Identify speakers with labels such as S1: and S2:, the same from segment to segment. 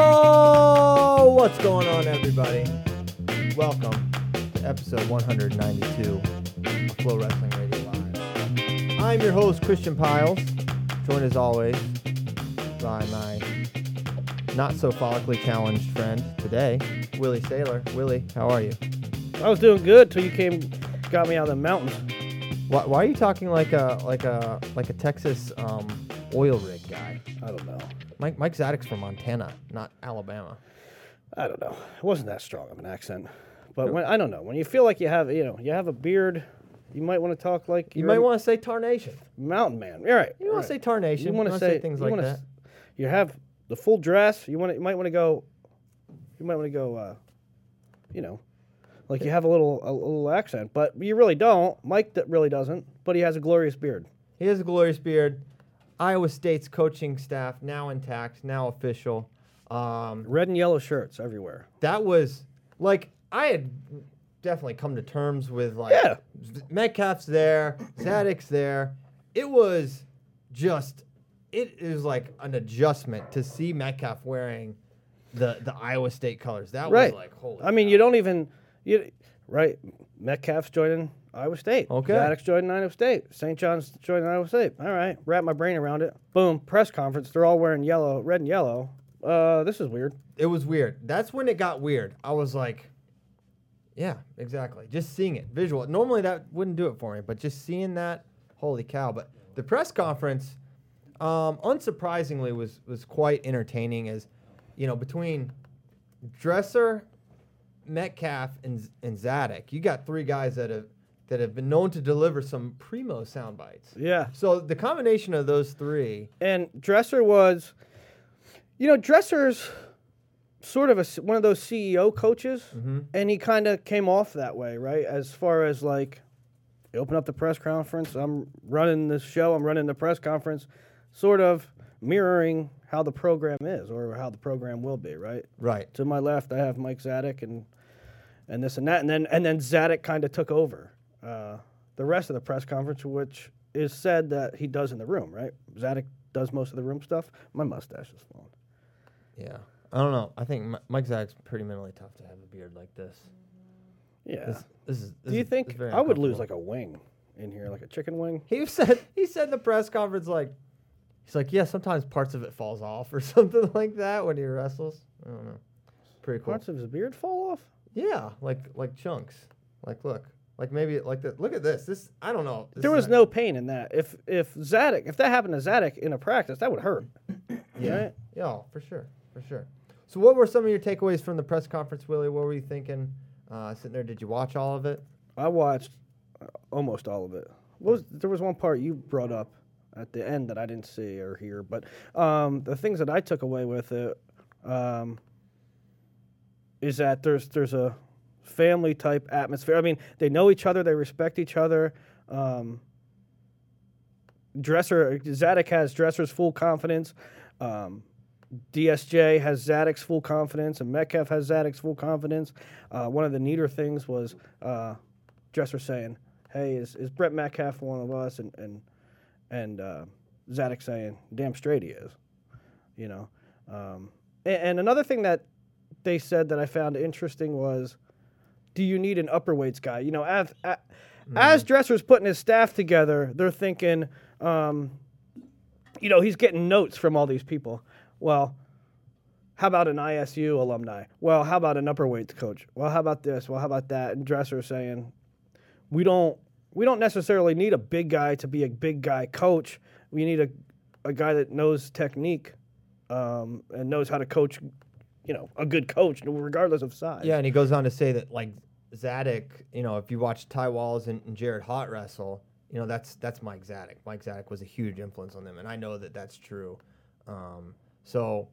S1: Oh, what's going on, everybody? Welcome to episode 192 of Flow Wrestling Radio Live. I'm your host, Christian Piles, joined as always by my not so follically challenged friend today, Willie Sailor. Willie, how are you?
S2: I was doing good till you came, got me out of the mountains.
S1: Why, why are you talking like a like a like a Texas um, oil rig guy?
S2: I don't know.
S1: Mike Mike Zadik's from Montana, not Alabama.
S2: I don't know. It wasn't that strong of an accent, but when, I don't know. When you feel like you have, you know, you have a beard, you might want to talk like
S1: You
S2: you're
S1: might
S2: a
S1: want to say tarnation.
S2: mountain man. All right.
S1: You want to say tarnation?
S2: You want to
S1: wanna
S2: say
S1: things
S2: you
S1: like
S2: wanna
S1: that?
S2: s- You have the full dress. You want. You might want to go. You might want to go. Uh, you know, like you have a little a, little accent, but you really don't. Mike that really doesn't, but he has a glorious beard.
S1: He has a glorious beard. Iowa State's coaching staff now intact, now official. Um,
S2: Red and yellow shirts everywhere.
S1: that was like I had definitely come to terms with like
S2: Yeah.
S1: Z- Metcalf's there, Zadik's there. It was just it is like an adjustment to see Metcalf wearing the the Iowa State colors. That
S2: Right.
S1: was like holy.
S2: I mean, you don't even you right. Metcalf's joining Iowa State.
S1: Okay.
S2: Maddox joining Iowa State. St. John's joining Iowa State. All right. Wrap my brain around it. Boom. Press conference. They're all wearing yellow, red and yellow. Uh, this is weird.
S1: it was weird. That's when it got weird. I was like, yeah, exactly. Just seeing it, visual. Normally that wouldn't do it for me, but just seeing that, holy cow! But the press conference, um, unsurprisingly, was was quite entertaining. As you know, between Dresser, Metcalf, and and Zadek, you got three guys that have that have been known to deliver some primo sound bites.
S2: Yeah.
S1: So the combination of those three,
S2: And Dresser was, you know, Dresser's sort of a s one of those CEO coaches, and he kind of came off that way, right? As far as like, you open up the press conference. I'm running this show. I'm running the press conference, sort of mirroring how the program is or how the program will be, right?
S1: right?
S2: To my left, I have Mike Zadek and and this and that, and then and then Zadek kind of took over uh, the rest of the press conference, which is said that he does in the room, right? Zadek does most of the room stuff. My mustache is falling.
S1: Yeah. I don't know. I think Mi- Mike Zach's pretty mentally tough to have a beard like this.
S2: Yeah.
S1: This is. This
S2: Do you
S1: is- this is
S2: think
S1: very
S2: I would lose
S1: uncomfortable.
S2: like a wing in here, like a chicken wing?
S1: He said. He said in the press conference like, he's like, yeah, sometimes parts of it falls off or something like that when he wrestles. I don't know. Pretty cool.
S2: Parts of his beard fall off.
S1: Yeah, like like chunks. Like look, like maybe like the look at this. This I don't know. This
S2: There
S1: is
S2: was
S1: not-
S2: no pain in that. If if Zadek, if that happened to Zadek in a practice, that would hurt.
S1: Yeah. Yeah, oh, for sure, for sure. So, what were some of your takeaways from the press conference, Willie? What were you thinking uh, sitting there? Did you watch all of it?
S2: I watched uh, almost all of it. What was there was one part you brought up at the end that I didn't see or hear, but um, the things that I took away with it um, is that there's there's a family type atmosphere. I mean, they know each other, they respect each other. Um, Dresser Zadok has Dresser's full confidence. Um, DSJ has Zadok's full confidence, and Metcalf has Zadok's full confidence. Uh, one of the neater things was uh, Dresser saying, "Hey, is, is Brett Metcalf one of us?" and and and uh, Zadok saying, "Damn straight he is," you know. Um, a- and, another thing that they said that I found interesting was, "Do you need an upper weights guy?" You know, af- a- As Dresser's putting his staff together, they're thinking, um, you know, he's getting notes from all these people. Well, how about an ISU alumni? Well, how about an upper weights coach? Well, how about this? Well, how about that? And Dresser saying, we don't we don't necessarily need a big guy to be a big guy coach. We need a a guy that knows technique um, and knows how to coach. You know, a good coach, regardless of size.
S1: Yeah, and he goes on to say that like Zadok, you know, if you watch Ty Walls and, and Jared Hot wrestle, you know, that's that's Mike Zadok. Mike Zadok was a huge influence on them, and I know that that's true. Um, so,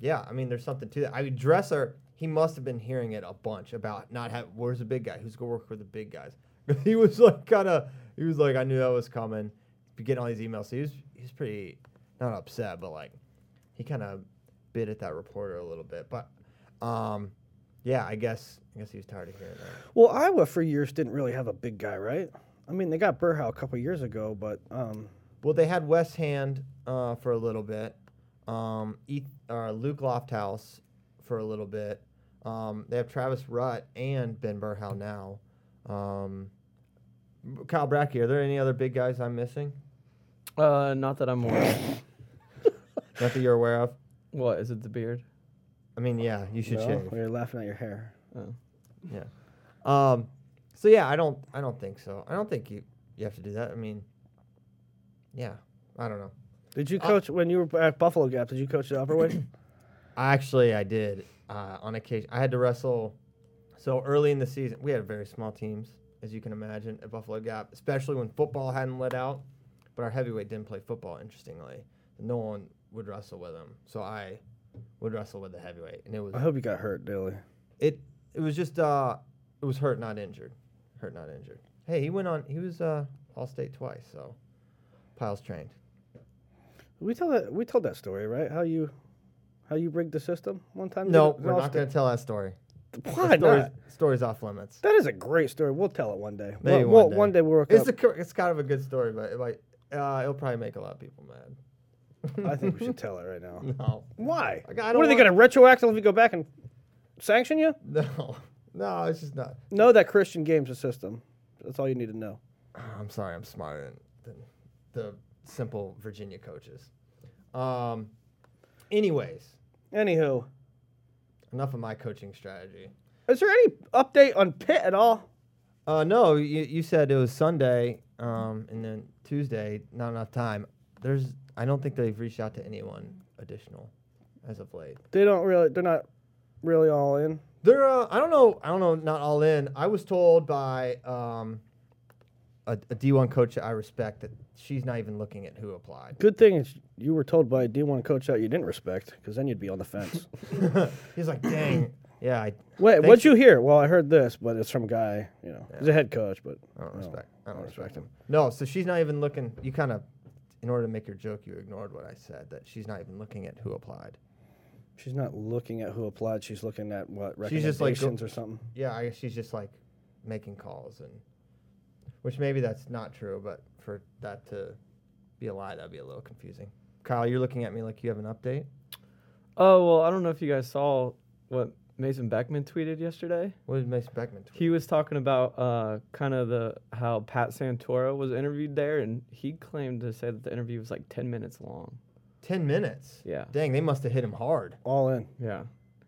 S1: yeah, I mean, there's something to that. I mean, Dresser, he must have been hearing it a bunch about not have where's the big guy, who's gonna work with the big guys. he was like kind of, he was like, I knew that was coming. Getting all these emails, so he was he was pretty not upset, but like he kind of bit at that reporter a little bit. But um, yeah, I guess I guess he was tired of hearing that.
S2: Well, Iowa for years didn't really have a big guy, right? I mean, they got Burhow a couple years ago, but um,
S1: Well, they had West Hand uh, for a little bit, um, Eth- uh, Luke Lofthouse for a little bit. Um, they have Travis Rutt and Ben Burhow now. Um, Kyle Brackey, are there any other big guys I'm missing?
S3: Uh, not that I'm aware. of.
S1: Not that you're aware of.
S3: what is it? The beard?
S1: I mean, yeah, you should
S2: no,
S1: shave.
S2: you're laughing at your hair.
S1: Yeah. Um, so yeah, I don't I don't think so. I don't think you you have to do that. I mean, yeah, I don't know.
S2: Did
S1: Uh,
S2: you coach when you were at Buffalo Gap? Did you coach the upper weight?
S1: I actually I did uh, on occasion. I had to wrestle. So early in the season, we had very small teams, as you can imagine, at Buffalo Gap, especially when football hadn't let out. But our heavyweight didn't play football. Interestingly, no one would wrestle with him. So I would wrestle with the heavyweight, and it was
S2: I hope you got hurt, Daly.
S1: it it was just uh it was hurt not injured hurt not injured hey he went on he was uh all state twice so piles trained
S2: We tell that we told that story, right? How you how you rigged the system one time?
S1: no
S2: You
S1: we're not
S2: lost
S1: going
S2: it.
S1: to tell that story
S2: Why
S1: The story's,
S2: not?
S1: story's off limits
S2: That is a great story. We'll tell it one day.
S1: maybe one,
S2: we'll, we'll-
S1: day.
S2: one day we'll work
S1: it's
S2: up.
S1: a cur- it's kind of a good story but it might uh it'll probably make a lot of people mad
S2: I think we should tell it right now.
S1: no
S2: Why?
S1: I
S2: What
S1: don't
S2: are they
S1: want-
S2: going to retroactively go back and sanction you?
S1: no no it's just not
S2: Know that Christian games a system. That's all you need to know.
S1: ah, I'm sorry, I'm smarter than, than the simple Virginia coaches. Um, anyways,
S2: Anywho,
S1: enough of my coaching strategy.
S2: is there any update on Pitt at all?
S1: Uh, no, you, you said it was Sunday, um, and then Tuesday. Not enough time. There's, I don't think they've reached out to anyone additional as of late.
S2: They don't really. They're not really all in.
S1: They're, uh, I don't know, I don't know, not all in. I was told by um, a, a D1 coach that I respect that she's not even looking at who applied.
S2: Good thing is you were told by a D1 coach that you didn't respect, because then you'd be on the fence.
S1: He's like, dang, yeah, I
S2: Wait,
S1: Thanks
S2: what'd you hear? Well, I heard this, but it's from a guy. You know, he's a head coach, but
S1: I don't
S2: you know,
S1: respect. I don't respect
S2: him.
S1: him. No, so she's not even looking. You kind of, in order to make your joke, you ignored what I said that she's not even looking at who applied.
S2: She's not looking at who applied. She's looking at what
S1: She's
S2: recommendations
S1: just like go-
S2: or something.
S1: Yeah, I guess she's just like making calls and, which maybe that's not true, but for that to be a lie, that'd be a little confusing. Kyle, you're looking at me like you have an update.
S3: Oh well, I don't know if you guys saw what Mason Beckman tweeted yesterday.
S1: What did Mason Beckman tweet?
S3: He was talking about uh, kind of the how Pat Santora was interviewed there, and he claimed to say that the interview was like ten minutes long.
S1: Ten minutes.
S3: Yeah.
S1: Dang, they must have hit him hard.
S2: All in.
S3: Yeah.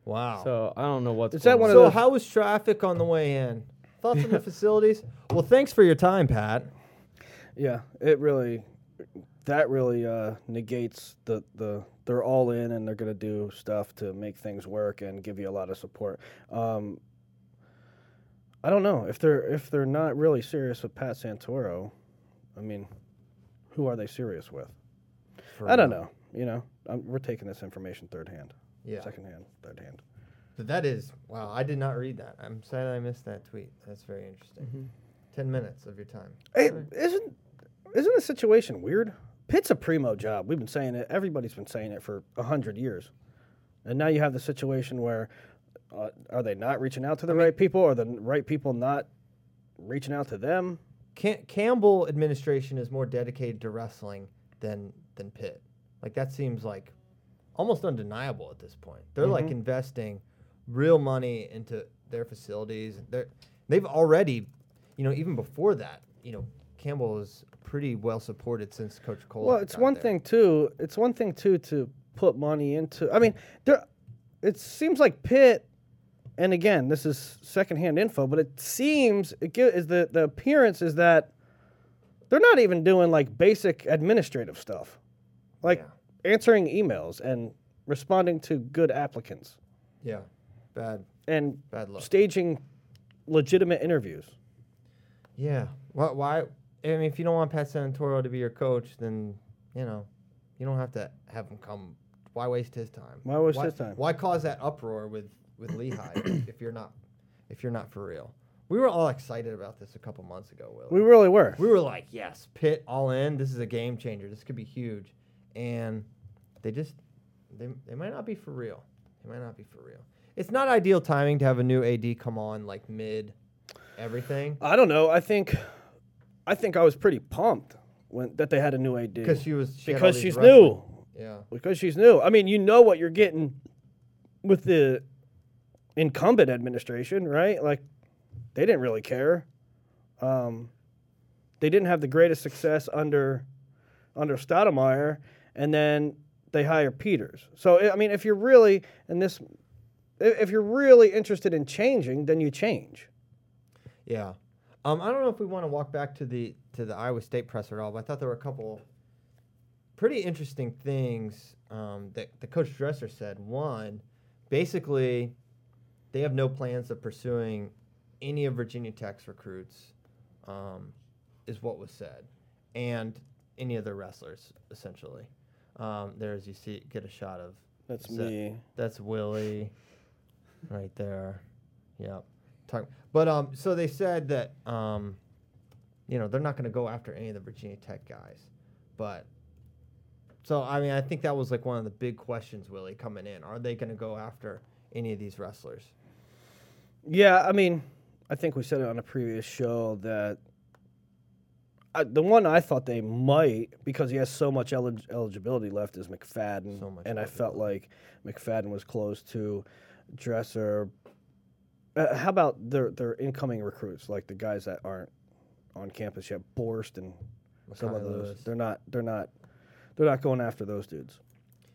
S1: Wow.
S3: So I don't know what's
S2: Is that
S3: going
S2: one
S3: on.
S2: of
S1: So
S2: those-
S1: how was traffic on the way in? Thoughts on the facilities? Well, thanks for your time, Pat.
S2: Yeah, it really, that really uh, negates the the they're all in and they're gonna do stuff to make things work and give you a lot of support. Um, I don't know if they're if they're not really serious with Pat Santoro. I mean, who are they serious with? I don't know. You know, I'm, we're taking this information third hand,
S1: Yeah.
S2: second hand, third hand.
S1: But that is wow. I did not read that. I'm sad I missed that tweet. That's very interesting.
S2: Mm-hmm.
S1: Ten minutes of your time.
S2: Hey, isn't isn't the situation weird? Pitt's a primo job. We've been saying it. Everybody's been saying it for a hundred years, and now you have the situation where uh, are they not reaching out to the right people? Are the n- right people not reaching out to them?
S1: Cam- Campbell administration is more dedicated to wrestling than than Pitt. Like that seems like almost undeniable at this point. They're
S2: Mm-hmm.
S1: like investing real money into their facilities. They're, they've already, you know, even before that, you know, Campbell is pretty well supported since Coach Cole.
S2: Well, it's one thing too. It's one thing too to put money into. I mean, there. It seems like Pitt, and again, this is secondhand info, but it seems it gi- is the the appearance is that they're not even doing like basic administrative stuff, like answering emails and responding to good applicants
S1: Yeah, bad,
S2: and
S1: bad luck.
S2: staging legitimate interviews.
S1: Yeah. Why? Why? I mean, if you don't want Pat Sanatoro to be your coach, then you know, you don't have to have him come. Why waste his time?
S2: Why waste his time?
S1: Why cause that uproar with with Lehigh if you're not if you're not for real? We were all excited about this a couple months ago, Will.
S2: We really were.
S1: we were like, yes, Pitt all in. This is a game changer. This could be huge. And they just they they might not be for real. They might not be for real. It's not ideal timing to have a new AD come on like mid everything.
S2: I don't know. I think, I think I was pretty pumped when that they had a new AD
S1: Because she was she had all
S2: because
S1: these
S2: she's
S1: wrestling-
S2: new.
S1: Yeah,
S2: Because she's new. I mean, you know what you're getting with the incumbent administration, right? Like, they didn't really care. Um, they didn't have the greatest success under under Stoudemire, and then they hire Peters. So I I mean, if you're really in this, i- if you're really interested in changing, then you change.
S1: yeah. Um, I don't know if we want to walk back to the to the Iowa State presser at all, but I thought there were a couple pretty interesting things um, that the coach Dresser said. One, basically, they have no plans of pursuing any of Virginia Tech's recruits, um, is what was said, and any of their wrestlers essentially. Um, there's you see get a shot of
S2: That's
S1: Is that-
S2: me.
S1: That's Willie, right there. Yep. Talk, but um, so they said that um, you know, they're not going to go after any of the Virginia Tech guys, but so I mean, I think that was like one of the big questions, Willie, coming in. Are they going to go after any of these wrestlers?
S2: Yeah, I mean, I think we said it on a previous show that I, the one I thought they might because he has so much elig- eligibility left is McFadden,
S1: So much
S2: and I felt like McFadden was close to Dresser. Uh, how about their their incoming recruits, like the guys that aren't on campus yet, Borst and some of
S1: Makai
S2: those?
S1: Lewis.
S2: They're not. They're not. They're not going after those dudes.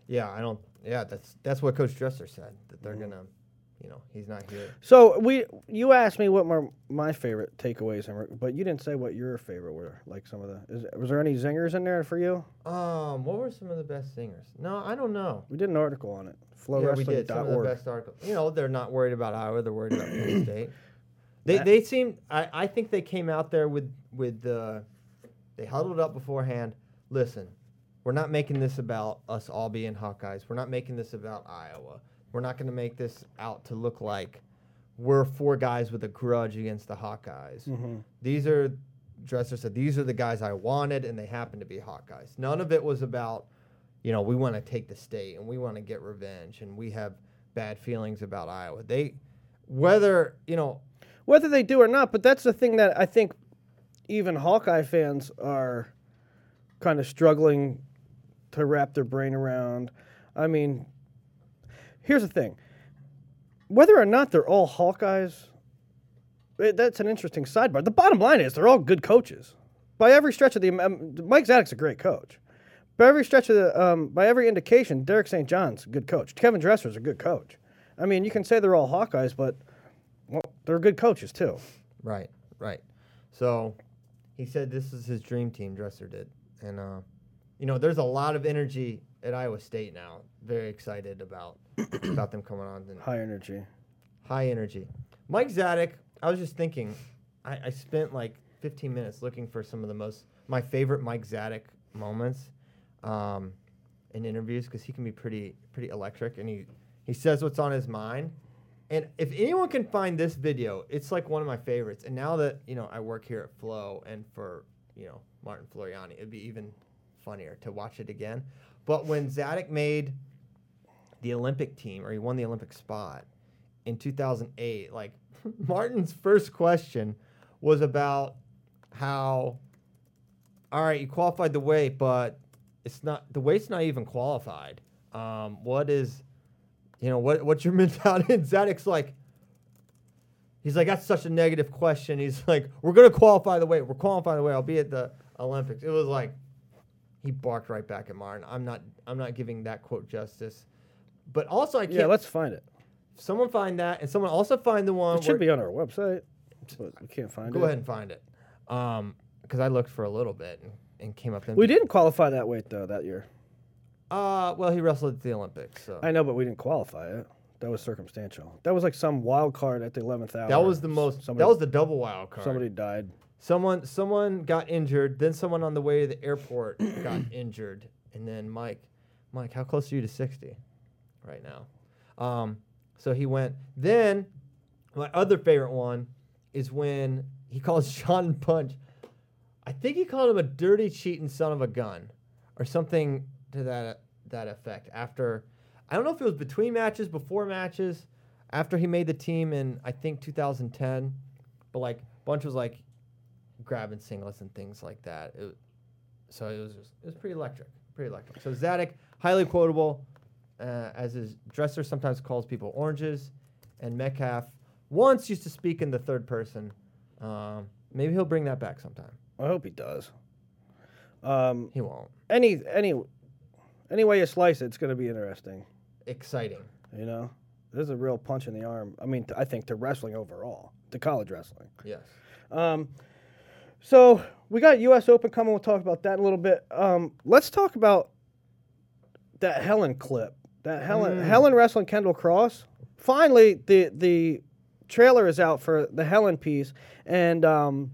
S1: Yeah, I don't. Yeah, that's that's what Coach Dresser said that they're
S2: Mm-hmm.
S1: gonna, you know, he's not here.
S2: So we, you asked me what my my favorite takeaways, were, but you didn't say what your favorite were. Like some of the, is, was there any zingers in there for you?
S1: Um, what were some of the best singers? No, I don't know.
S2: We did an article on it.
S1: yeah, we did some of the
S2: Flowwrestling.org.
S1: best articles. You know, they're not worried about Iowa; they're worried about Penn State. They they seemed. I, I think they came out there with with uh, the. They huddled up beforehand. Listen, we're not making this about us all being Hawkeyes. We're not making this about Iowa. We're not going to make this out to look like we're four guys with a grudge against the Hawkeyes. These are Dresser said these are the guys I wanted, and they happen to be Hawkeyes. None of it was about you know, we want to take the state and we want to get revenge and we have bad feelings about Iowa. They, whether, you know,
S2: Whether they do or not, but that's the thing that I think even Hawkeye fans are kind of struggling to wrap their brain around. I mean, here's the thing: whether or not they're all Hawkeyes, eh, that's an interesting sidebar. The bottom line is they're all good coaches by every stretch of the. Um, Mike Zadek's a great coach. By every stretch of the, um, by every indication, Derek St. John's a good coach. Kevin Dresser's a good coach. I mean, you can say they're all Hawkeyes, but well, they're good coaches too.
S1: right, right. So he said this is his dream team, Dresser did. And, uh, you know, there's a lot of energy at Iowa State now. Very excited about about them coming on. And
S2: High energy.
S1: high energy. Mike Zadek, I was just thinking, I, I spent like 15 minutes looking for some of the most, my favorite Mike Zadek moments um, in interviews because he can be pretty, pretty electric and he, he says what's on his mind. And if anyone can find this video, it's like one of my favorites. And now that, you know, I work here at Flow and for, you know, Martin Floriani, it'd be even funnier to watch it again. But when Zadek made the Olympic team or he won the Olympic spot in 2008, like Martin's first question was about how, all right, you qualified the weight, but it's not the weight's not even qualified. Um, what is, you know, what what's your mentality? And Zadek's like, He's like, that's such a negative question. He's like, we're gonna qualify the weight. We're qualifying the weight. I'll be at the Olympics. It was like, he barked right back at Martin. I'm not. I'm not giving that quote justice. But also, I can't.
S2: Yeah, let's find it.
S1: someone find that, and someone also find the one.
S2: It should
S1: where-
S2: be on our website, but we can't find
S1: Go
S2: it.
S1: ahead and find it. Um, because I looked for a little bit and, and came up.
S2: We didn't qualify that weight though that year.
S1: Uh, well, he wrestled at the Olympics. So.
S2: I know, but we didn't qualify it. That was circumstantial. That was like some wild card at the eleventh hour.
S1: that was the most.
S2: Somebody-
S1: that was the double wild card.
S2: Somebody died.
S1: Someone someone got injured, then someone on the way to the airport got injured, and then Mike, Mike, how close are you to sixty right now? Um, so he went. Then my other favorite one is when he calls Sean Punch. I think he called him a dirty cheating son of a gun, or something to that that effect. After I don't know if it was between matches, before matches, after he made the team in I think 2010, but like Bunch was like grabbing singlets and things like that. It, so it was just, it was pretty electric, pretty electric. So Zadok, highly quotable, uh, as his dresser sometimes calls people oranges, and Metcalf once used to speak in the third person. Um, maybe he'll bring that back sometime.
S2: I hope he does. Um,
S1: He won't.
S2: any any any way you slice it, it's going to be interesting.
S1: Exciting.
S2: You know, this is a real punch in the arm. I mean, t- I think to wrestling overall, to college wrestling.
S1: Yes.
S2: Um, so we got U.S. Open coming. We'll talk about that in a little bit. Um, let's talk about that Helen clip. That Helen Helen wrestling Kendall Cross. Finally, the the trailer is out for the Helen piece, and um,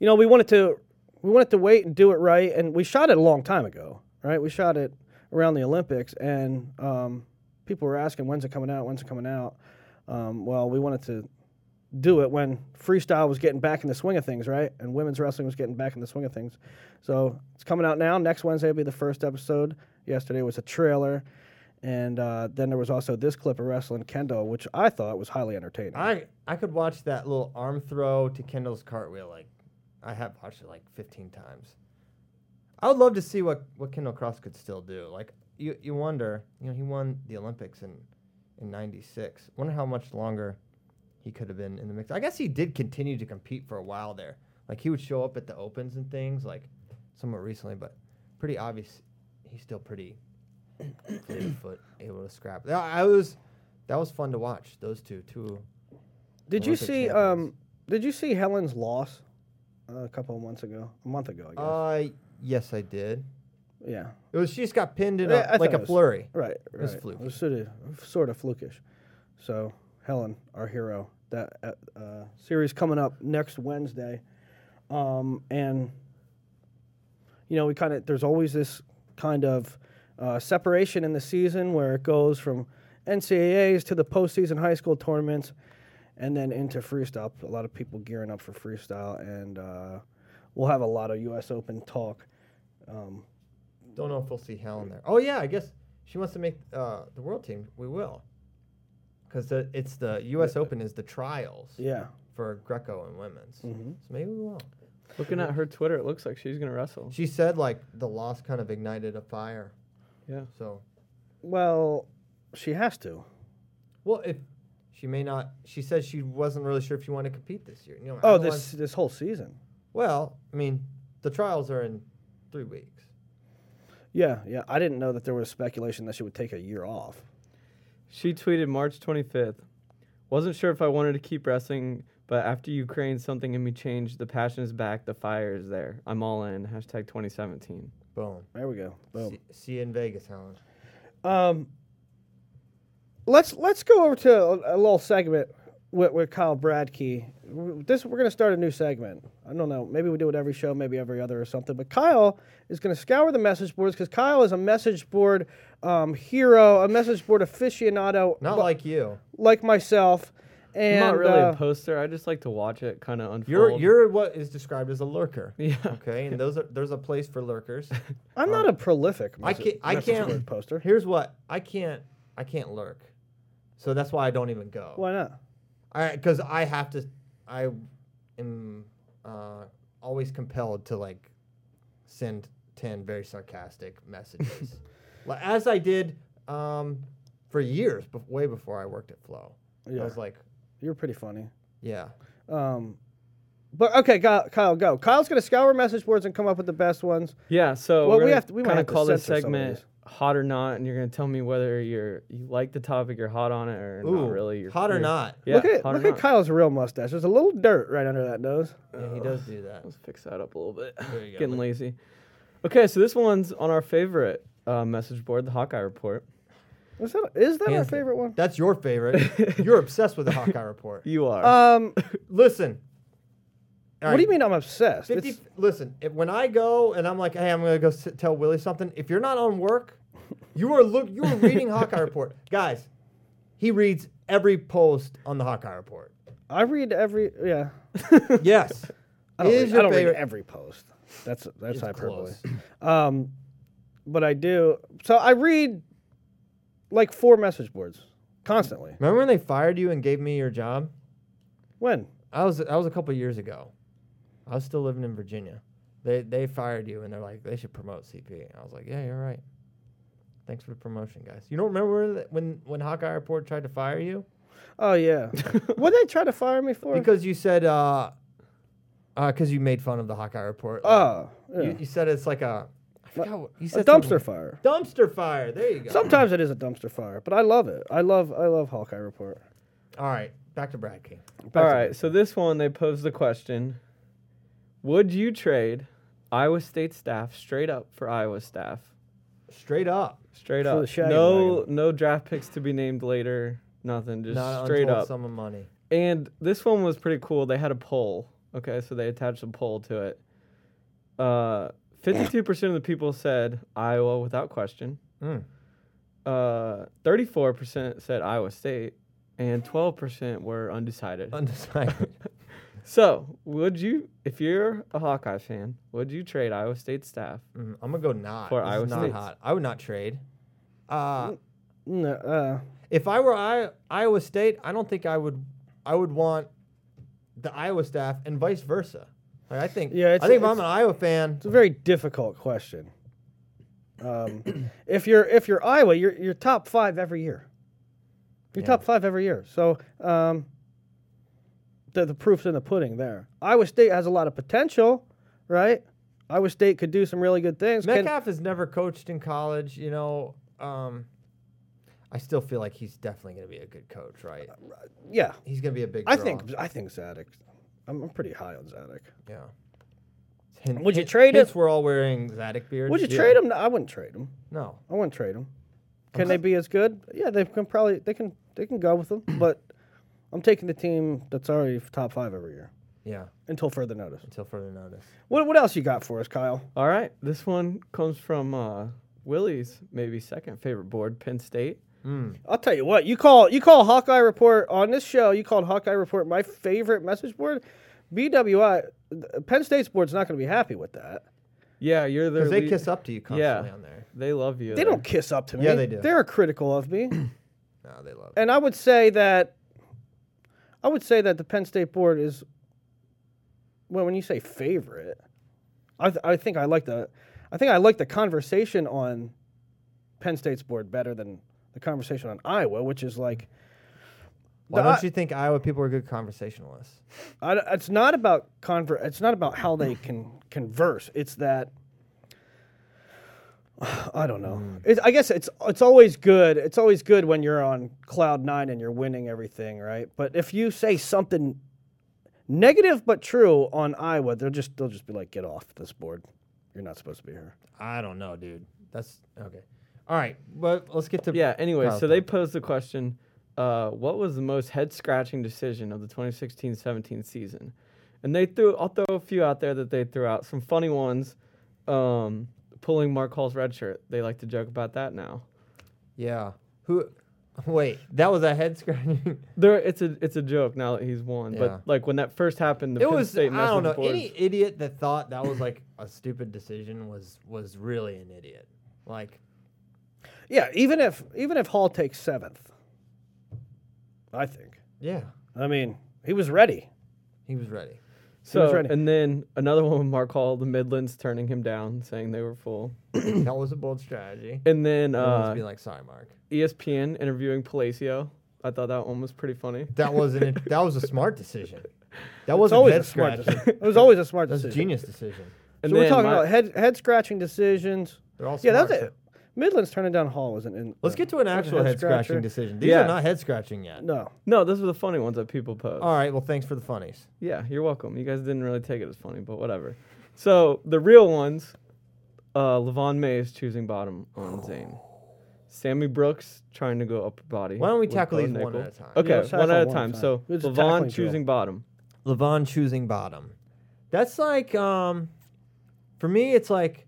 S2: you know we wanted to we wanted to wait and do it right, and we shot it a long time ago, right? We shot it around the Olympics, and um, people were asking when's it coming out, when's it coming out. Um, well, we wanted to do it when freestyle was getting back in the swing of things, right? And women's wrestling was getting back in the swing of things. So it's coming out now. Next Wednesday will be the first episode. Yesterday was a trailer. And uh, then there was also this clip of wrestling Kendall, which I thought was highly entertaining.
S1: I I could watch that little arm throw to Kendall's cartwheel like I have watched it like 15 times. I would love to see what what Kendall Cross could still do. Like you you wonder, you know, he won the Olympics in in 96. Wonder how much longer he could have been in the mix. I guess he did continue to compete for a while there. Like he would show up at the opens and things like somewhat recently, but pretty obvious he's still pretty fleet of foot, able to scrap. Yeah, I was that was fun to watch. Those two two
S2: did you
S1: Olympic
S2: see?
S1: champions.
S2: Um, did you see Helen's loss uh, a couple of months ago? A month ago, I guess.
S1: Uh, yes, I did.
S2: yeah,
S1: It was she just got pinned in
S2: Yeah, I
S1: a, like a
S2: thought it was-
S1: flurry.
S2: right. It
S1: was
S2: right.
S1: fluky.
S2: It was sort of sort of flukish. So Helen, our hero, that uh, uh, series coming up next Wednesday, um, and you know we kind of there's always this kind of uh, separation in the season where it goes from NCAA's to the postseason high school tournaments, and then into freestyle. A lot of people gearing up for freestyle, and uh, we'll have a lot of U.S. Open talk. Um,
S1: Don't know if we'll see Helen there. Oh yeah, I guess she wants to make uh, the world team. We will, because the, it's the U.S. Open is the trials
S2: yeah.
S1: for Greco and women's. So maybe we will.
S3: Looking at her Twitter, it looks like she's gonna wrestle.
S1: She said like the loss kind of ignited a fire.
S3: Yeah.
S1: So
S2: Well, she has to.
S1: well, if she may not, she said she wasn't really sure if she wanted to compete this year. You know,
S2: Oh,
S1: everyone-
S2: this this whole season.
S1: Well, I mean, the trials are in three weeks.
S2: Yeah, yeah. I didn't know that there was speculation that she would take a year off.
S3: She tweeted March 25th. Wasn't sure if I wanted to keep wrestling, but after Ukraine, something in me changed. The passion is back. The fire is there. I'm all in. Hashtag 2017.
S1: Boom.
S2: There we go. Boom.
S1: See, see you in Vegas, Helen.
S2: Um, let's let's go over to a, a little segment with, with Kyle Bradkey. W- This we're gonna start a new segment. I don't know. Maybe we do it every show, maybe every other or something. But Kyle is gonna scour the message boards because Kyle is a message board um, hero, a message board aficionado,
S1: Not
S2: li-
S1: like you.
S2: like myself.
S3: I'm
S2: And
S3: not really
S2: uh,
S3: a poster. I just like to watch it kind of unfold.
S1: You're you're what is described as a lurker.
S3: Yeah.
S1: Okay, and those are there's a place for lurkers.
S2: I'm not a prolific.
S1: Um, I
S2: Message,
S1: can't I
S2: message
S1: can't
S2: board poster.
S1: Here's what I can't I can't lurk, so that's why I don't even go.
S2: Why not?
S1: I because I have to I am uh, always compelled to like send ten very sarcastic messages, like as I did um, for years, bef- way before I worked at Flow. I was like,
S2: You're pretty funny.
S1: Yeah.
S2: Um, but okay, Kyle, Kyle, go. Kyle's gonna scour message boards and come up with the best ones.
S3: Yeah, so
S2: Well, we
S3: we're gonna
S2: have to- we might
S3: kinda
S2: have to
S3: call this
S2: censor some of
S3: segment
S2: these.
S3: "Hot or Not," and you're gonna tell me whether you're you like the topic, you're hot on it, or
S1: Ooh,
S3: not really. You're,
S1: hot or
S3: you're-
S1: not.
S3: Yeah,
S2: look at
S3: hot
S2: look
S3: or
S2: at
S3: not.
S2: Kyle's real mustache. There's a little dirt right under that nose.
S1: Yeah, he does do that.
S3: Let's fix that up a little bit.
S1: you go.
S3: Getting lazy. Okay, so this one's on our favorite uh, message board, the Hawkeye Report.
S2: Is that is that our
S1: Hands-
S2: favorite one?
S1: That's your favorite. You're obsessed with the Hawkeye report.
S3: You are.
S2: Um,
S1: Listen. All
S2: what do you
S1: right,
S2: mean I'm obsessed?
S1: 50,
S2: It's-
S1: listen, if, when I go and I'm like, hey, I'm gonna go sit, tell Willie something. If you're not on work, you are look, you are reading Hawkeye Report, guys. He reads every post on the Hawkeye Report.
S2: I read every yeah.
S1: Yes,
S2: I don't,
S1: It
S2: read,
S1: is
S2: I
S1: your
S2: don't read
S1: favorite.
S2: every post. That's that's hyperbole.
S1: close.
S2: Um, but I do. So I read like four message boards constantly.
S1: Remember when they fired you and gave me your job?
S2: When?
S1: I was that was a couple years ago. I was still living in Virginia. They they fired you and they're like they should promote CP. I was like, yeah, you're right. Thanks for the promotion, guys. You don't remember that- when when Hawkeye Report tried to fire you
S2: Oh yeah. what did they try to fire me for?
S1: because you said uh uh because you made fun of the Hawkeye Report. like,
S2: oh, yeah.
S1: you, you said it's like a I forgot what- you
S2: a
S1: said
S2: dumpster
S1: something-
S2: fire.
S1: Dumpster fire. There you go.
S2: Sometimes it is a dumpster fire, but I love it. I love I love Hawkeye Report.
S1: All right, back to Brad King.
S3: All right, so this one they posed the question: Would you trade Iowa State staff straight up for Iowa staff?
S1: Straight up,
S3: Straight
S2: For
S3: up,
S2: the shaggy
S3: no, no draft picks to be named later. Nothing, just
S1: not
S3: straight
S1: untold
S3: up.
S1: sum of money.
S3: And this one was pretty cool. They had a poll. Okay, so they attached a poll to it. Uh, Fifty-two percent of the people said Iowa without question.
S2: Hmm.
S1: Mm.
S3: Uh, Thirty-four percent said Iowa State, and twelve percent were undecided.
S1: Undecided.
S3: So, would you, if you're a Hawkeye fan, would you trade Iowa State staff?
S1: Mm, I'm gonna go not.
S3: For
S1: This is
S3: Iowa
S1: not
S3: State's.
S1: hot. I would not trade. Uh,
S2: No, uh,
S1: if I were I- Iowa State, I don't think I would. I would want the Iowa staff and vice versa. Like, I think.
S2: Yeah,
S1: Yeah,
S2: it's-
S1: I think if I'm
S2: it's-
S1: an Iowa fan,
S2: it's a very difficult question. Um, if you're if you're Iowa, you're you're top five every year. You're top five every year. So um, the the proof's in the pudding. There, Iowa State has a lot of potential, right? Iowa State could do some really good things. Can-
S1: Metcalf has never coached in college. You know, um, I still feel like he's definitely gonna be a good coach, right?
S2: yeah,
S1: He's gonna be a big.
S2: I
S1: draw.
S2: think I think Zadok. I'm, I'm pretty high on Zadok.
S1: Yeah. Hence-
S2: Would you
S1: hence-
S2: trade
S1: hence
S2: it?
S1: We're all wearing Zadok beards.
S2: Would you
S1: Yeah.
S2: trade him? No, I wouldn't trade him.
S1: No.
S2: I wouldn't trade them. Can they be as good? Yeah, they can probably they can they can go with them. But I'm taking the team that's already f- top five every year
S1: Yeah.
S2: until further notice.
S1: Until further notice.
S2: What what else you got for us, Kyle?
S3: All right, this one comes from uh, Willie's maybe second favorite board, Penn State.
S2: I'll tell you what you call you call Hawkeye Report on this show. You called Hawkeye Report my favorite message board. BWI th- Penn State's board's not going to be happy with that.
S3: Yeah, you're their.
S1: Because they
S3: lead-
S1: kiss up to you constantly
S3: Yeah.
S1: on there.
S3: They love you.
S2: They
S3: there.
S2: don't kiss up to me.
S1: Yeah, they do.
S2: They're critical of me,
S1: No, they love. it.
S2: and I would say that I would say that the Penn State board is well, when you say favorite, I, th- I think I like the, I think I like the conversation on Penn State's board better than the conversation on Iowa, which is like,
S1: Why
S2: The-
S3: uh,
S1: don't you think Iowa people are good conversationalists?
S2: I, d- it's not about convert, it's not about how they can converse. It's that, I don't know.
S1: Hmm.
S2: It's, I guess it's it's always good. It's always good when you're on cloud nine and you're winning everything, right? But if you say something negative but true on Iowa, they'll just they'll just be like, get off this board. You're not supposed to be here.
S1: I don't know, dude. That's okay. All right, but let's get to
S3: Yeah. Anyway,
S1: Kyle's
S3: so they
S1: topic.
S3: posed the question: uh, What was the most head-scratching decision of the 2016-17 season? And they threw. I'll throw a few out there that they threw out. Some funny ones. Um, pulling Mark Hall's red shirt. They like to joke about that now.
S1: yeah. Who? Wait, that was a head scratching.
S3: There, it's a it's a joke now that he's won.
S1: Yeah.
S3: But like when that first happened, the
S1: it
S3: Penn
S1: was I
S3: State
S1: don't know
S3: message boards-
S1: any idiot that thought that was like a stupid decision was was really an idiot. Like
S2: Yeah, even if even if Hall takes seventh, I think.
S1: yeah,
S2: I mean, he was ready.
S1: he was ready.
S3: So
S2: ready.
S3: and then another one with Mark Hall, the Midlands turning him down, saying they were full.
S1: that was a bold strategy.
S3: And then
S1: Everyone's
S3: uh,
S1: being like, sorry, Mark.
S3: ESPN interviewing Palacio I thought that one was pretty funny.
S1: That was an in- that was a smart decision. That was
S2: It's always
S1: head
S2: a smart
S1: scratch.
S2: decision. It was always a smart
S1: That's a
S2: decision.
S1: genius decision.
S3: And
S2: so we're
S3: then
S2: talking
S3: my-
S2: about head head scratching decisions.
S1: They're all
S2: yeah, that's
S1: smart.
S2: it. Midland's turning down Hall wasn't in.
S1: Let's get to an
S2: That's a
S1: actual head
S2: scratcher.
S1: scratching decision. These
S3: Yeah.
S1: are not head scratching yet.
S2: No,
S3: No, those were the funny ones that people post.
S1: All right. Well, thanks for the funnies.
S3: Yeah, you're welcome. You guys didn't really take it as funny, but whatever. So the real ones, uh, Levon Mays choosing bottom on
S1: Oh.
S3: Zane. Sammy Brooks trying to go upper body.
S1: Why don't we
S3: with
S1: tackle
S3: Bo
S1: these one
S3: Nickel.
S1: at a time?
S3: Okay,
S2: Yeah, let's
S3: one
S2: tackle
S3: at a
S2: one
S3: time.
S2: at a
S3: So
S2: time. It's a
S3: Levon
S2: tackling
S3: choosing bottom.
S1: Levon choosing bottom. That's like, um, for me, it's like,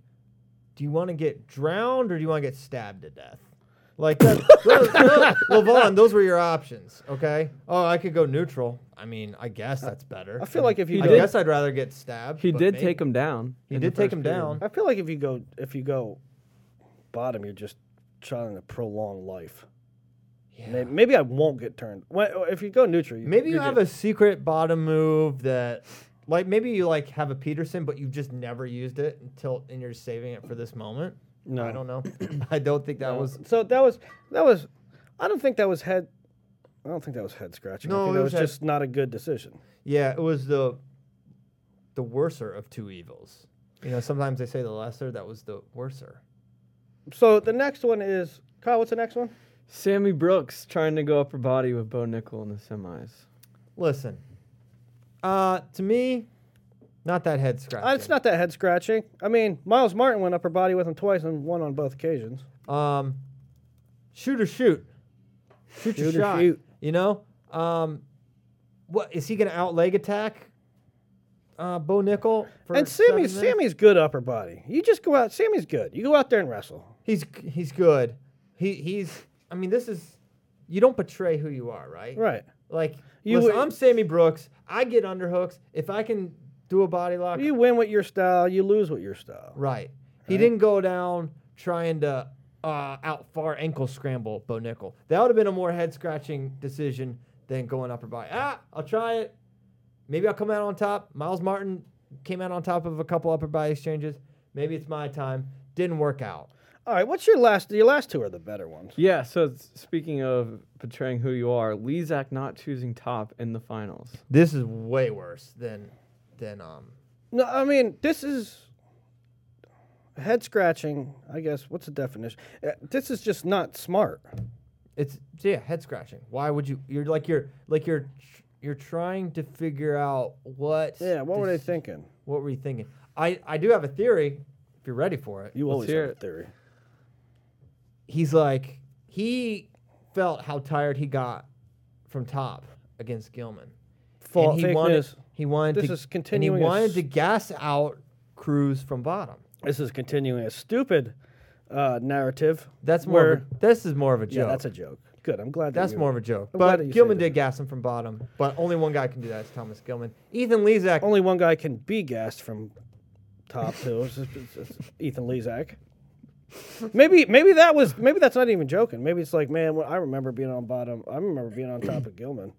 S1: do you want to get drowned or do you want to get stabbed to death? Like, that, Le- Le- Levon, those were your options, okay? Oh, I could go neutral. I mean, I guess that's better.
S2: I feel like if you
S1: I
S2: did-
S1: guess I'd rather get stabbed.
S3: He
S1: but
S3: did
S1: maybe-
S3: take him down.
S1: He
S3: in the
S1: did take
S3: first
S1: him
S3: period.
S1: down.
S2: I feel like if you go if you go bottom, you're just trying to prolong life. May- Maybe, I won't get turned. Well, if you go neutral, you,
S1: Maybe you
S2: you're
S1: have
S2: good.
S1: a secret bottom move that, like, maybe you like have a Peterson, but you've just never used it until, and you're saving it for this moment.
S2: No.
S1: I don't know. I don't think that was
S2: So that was that was. I don't think that was head. I don't think that was head scratching.
S1: No,
S2: I think
S1: it
S2: that
S1: was
S2: was,
S1: head-
S2: just not a good decision.
S1: Yeah, it was the the worser of two evils. You know, sometimes they say the lesser, that was the worser.
S2: So the next one is Kyle. What's the next one?
S3: Sammy Brooks trying to go upper body with Bo Nickel in the semis.
S1: Listen. Uh to me, not that head scratch.
S2: Uh, it's not that head scratching. I mean, Miles Martin went upper body with him twice and won on both occasions.
S1: um shoot or shoot. Shoot, your
S2: Shoot or
S1: shot.
S2: shoot.
S1: You know? Um what is he gonna out leg attack? Uh Bo Nickel for
S2: and Sammy,
S1: seven minutes?
S2: Sammy's good upper body. You just go out. Sammy's good. You go out there and wrestle.
S1: He's he's good. He he's I mean this is you don't betray who you are, right?
S2: Right.
S1: Like
S2: You
S1: listen,
S2: would-
S1: I'm Sammy Brooks. I get underhooks. If I can do a body lock,
S2: You win with your style. You lose with your style.
S1: right. He didn't go down trying to uh, out far ankle scramble Bo Nickel. That would have been a more head scratching decision than going upper body. Ah, I'll try it. Maybe I'll come out on top. Miles Martin came out on top of a couple upper body exchanges. Maybe it's my time. Didn't work out.
S2: All right. What's your last? Your last two are the better ones.
S3: Yeah, so it's- speaking of betraying who you are, Lezak not choosing top in the finals.
S1: This is way worse than than um
S2: No, I mean this is head scratching. I guess what's the definition? Uh, This is just not smart.
S1: It's so yeah, head scratching. Why would you? You're like you're like you're tr- you're trying to figure out what.
S2: Yeah. What were they
S1: this-
S2: thinking?
S1: What were you thinking? I I do have a theory. If you're ready for it,
S2: You
S3: Let's
S2: always
S3: hear
S2: have a
S3: it.
S2: theory.
S1: he's like he felt how tired he got from top against Gilman.
S2: Fault,
S1: and he
S2: fake
S1: wanted
S2: news.
S1: he wanted
S2: This
S1: to,
S2: is
S1: and
S2: continuing
S1: he
S2: a
S1: wanted
S2: s-
S1: to gas out Cruz from bottom.
S2: This is continuing a stupid uh, narrative.
S1: That's more.
S2: where-
S1: of a, this is more of a joke.
S2: yeah. That's a joke. Good. I'm glad. that
S1: That's
S2: you-
S1: more of a joke.
S2: I'm glad that
S1: but
S2: you
S1: Gilman
S2: said it.
S1: did gas him from bottom. But only one guy can do that. It's Thomas Gilman. Ethan Lezak
S2: Only one guy can be gassed from top two. It's, it's, it's Ethan Lezak. Maybe maybe that was maybe that's not even joking. Maybe it's like man, when I remember being on bottom. I remember being on top of Gilman.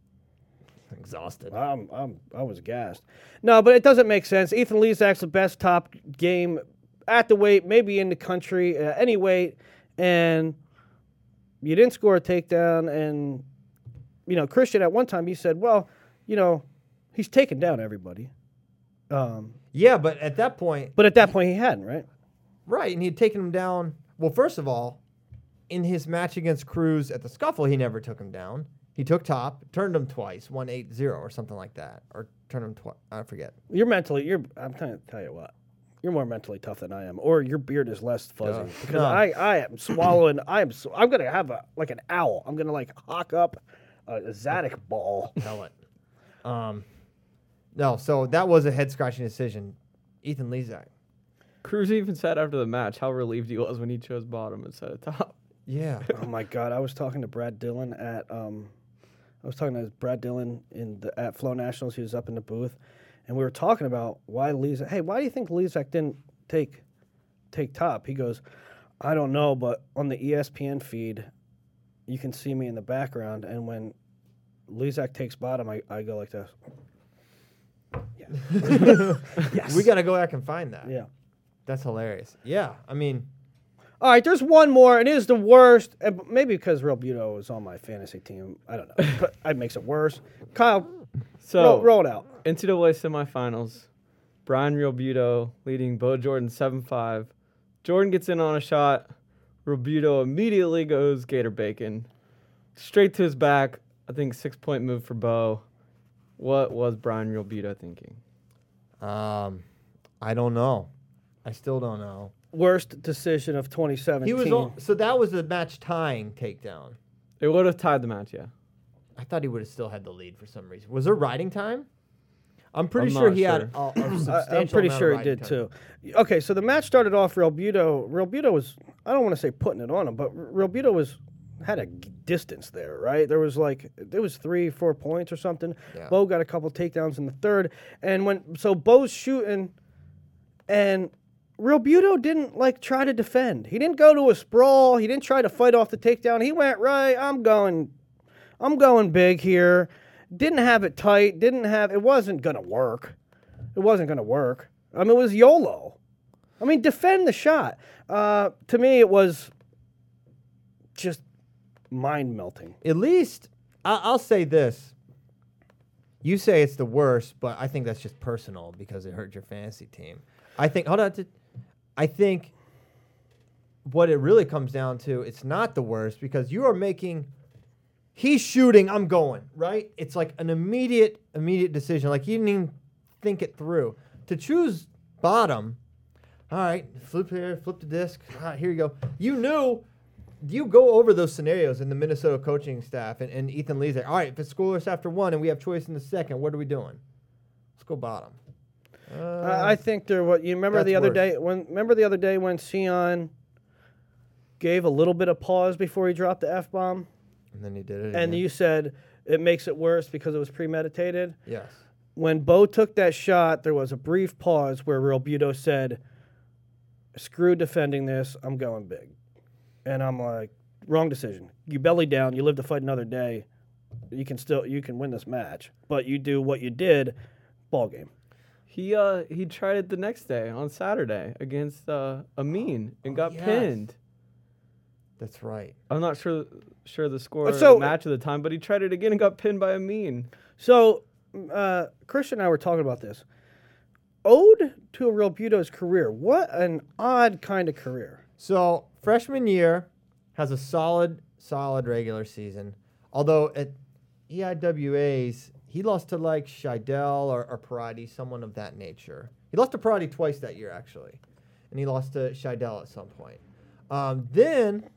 S1: exhausted.
S2: I'm, I'm, I was gassed. No, but it doesn't make sense. Ethan Lezak's the best top game at the weight, maybe in the country, uh, any weight, and you didn't score a takedown. And you know, Christian at one time he said, "Well, you know, he's taken down everybody." Um,
S1: Yeah, but at that point,
S2: but at that point, he hadn't, right?
S1: right, and he had taken him down. Well, first of all, in his match against Cruz at the scuffle, he never took him down. He took top, turned him twice, one eight zero or something like that, or turned him twice. I forget.
S2: You're mentally, you're. I'm trying to tell you what. You're more mentally tough than I am, or your beard is less fuzzy. Because
S1: No.
S2: I, I am swallowing. I am. sw- I'm gonna have a like an owl. I'm gonna like hawk up a Zatic ball.
S1: Tell it. Um, no, so that was a head scratching decision. Ethan Lezak.
S3: Cruz even said after the match how relieved he was when he chose bottom instead of top.
S1: Yeah.
S2: oh my god! I was talking to Brad Dillon at. Um, I was talking to Brad Dillon in the at Flow Nationals. He was up in the booth, and we were talking about why Lezak. Hey, why do you think Lezak didn't take take top? He goes, I don't know, but on the E ESPN feed, you can see me in the background, and when Lezak takes bottom, I, I go like this.
S1: We got to go back and find that.
S2: Yeah.
S1: That's hilarious. Yeah. I mean,
S2: All right, there's one more, and it is the worst. and Maybe because Real Buto is on my fantasy team. I don't know. but it makes it worse. Kyle,
S3: So
S2: roll, roll it out.
S3: NCAA semifinals. Brian Realbuto leading Bo Jordan 7 5. Jordan gets in on a shot. Realbuto immediately goes Gator Bacon. Straight to his back. I think six point move for Bo. What was Brian Realbuto thinking?
S1: Um, I don't know. I still don't know.
S2: Worst decision of 2017.
S1: He was on, so that was the match tying takedown.
S3: It would have tied the match, yeah.
S1: I thought he would have still had the lead for some reason. Was there riding time? I'm pretty
S3: I'm
S1: sure
S3: not
S1: he had a,
S3: sure.
S1: a substantial.
S2: I- I'm pretty
S1: amount of
S2: sure he
S1: riding
S2: did
S1: time.
S2: too. Okay, so the match started off Real Buto. Real Buto was I don't want to say putting it on him, but Real Buto was had a g- distance there, right? There was like there was three, four points or something. Bo got a couple takedowns in the third, and when so Bo's shooting, and Real Buto didn't like try to defend. He didn't go to a sprawl. He didn't try to fight off the takedown. He went right. I'm going I'm going big here. Didn't have it tight. Didn't have it. Wasn't gonna work. It wasn't gonna work. I mean, it was YOLO. I mean, defend the shot. Uh, to me, it was just mind melting.
S1: At least I, I'll say this. You say it's the worst, but I think that's just personal because it hurt your fantasy team. I think. Hold on. t- I think what it really comes down to, it's not the worst because you are making. He's shooting. I'm going right. It's like an immediate, immediate decision. Like you didn't even think it through. To choose bottom, all right, flip here, flip the disc. Ah, here you go. You knew. You go over those scenarios in the Minnesota coaching staff, and, and Ethan Lee's like, all right, if it's scoreless after one and we have choice in the second, what are we doing? Let's go bottom.
S2: I I think there. What you remember the
S1: Uh, that's
S2: other
S1: worse.
S2: day when? Remember the other day when Sion gave a little bit of pause before he dropped the f bomb,
S1: And then he did it.
S2: and
S1: again.
S2: you said it makes it worse because it was premeditated.
S1: yes.
S2: when Bo took that shot, there was a brief pause where Real Buto said, "Screw defending this. I'm going big," and I'm like, "Wrong decision. You belly down. You live to fight another day. You can still you can win this match, but you do what you did. Ball game.
S3: He uh he tried it the next day on Saturday against uh, Amin and got
S1: yes.
S3: pinned.
S1: That's right.
S3: I'm not sure sure the score of
S2: Uh, so-
S3: the match at the time, but he tried it again and got pinned by Amin.
S2: So, uh, Christian and I were talking about this. Ode to a Real Buto's career. What an odd kind of career.
S1: So freshman year has a solid, solid regular season. Although at E EIWA's, he lost to like Scheidel or, or Parati, someone of that nature. He lost to Parati twice that year actually, and he lost to Scheidel at some point. Um, then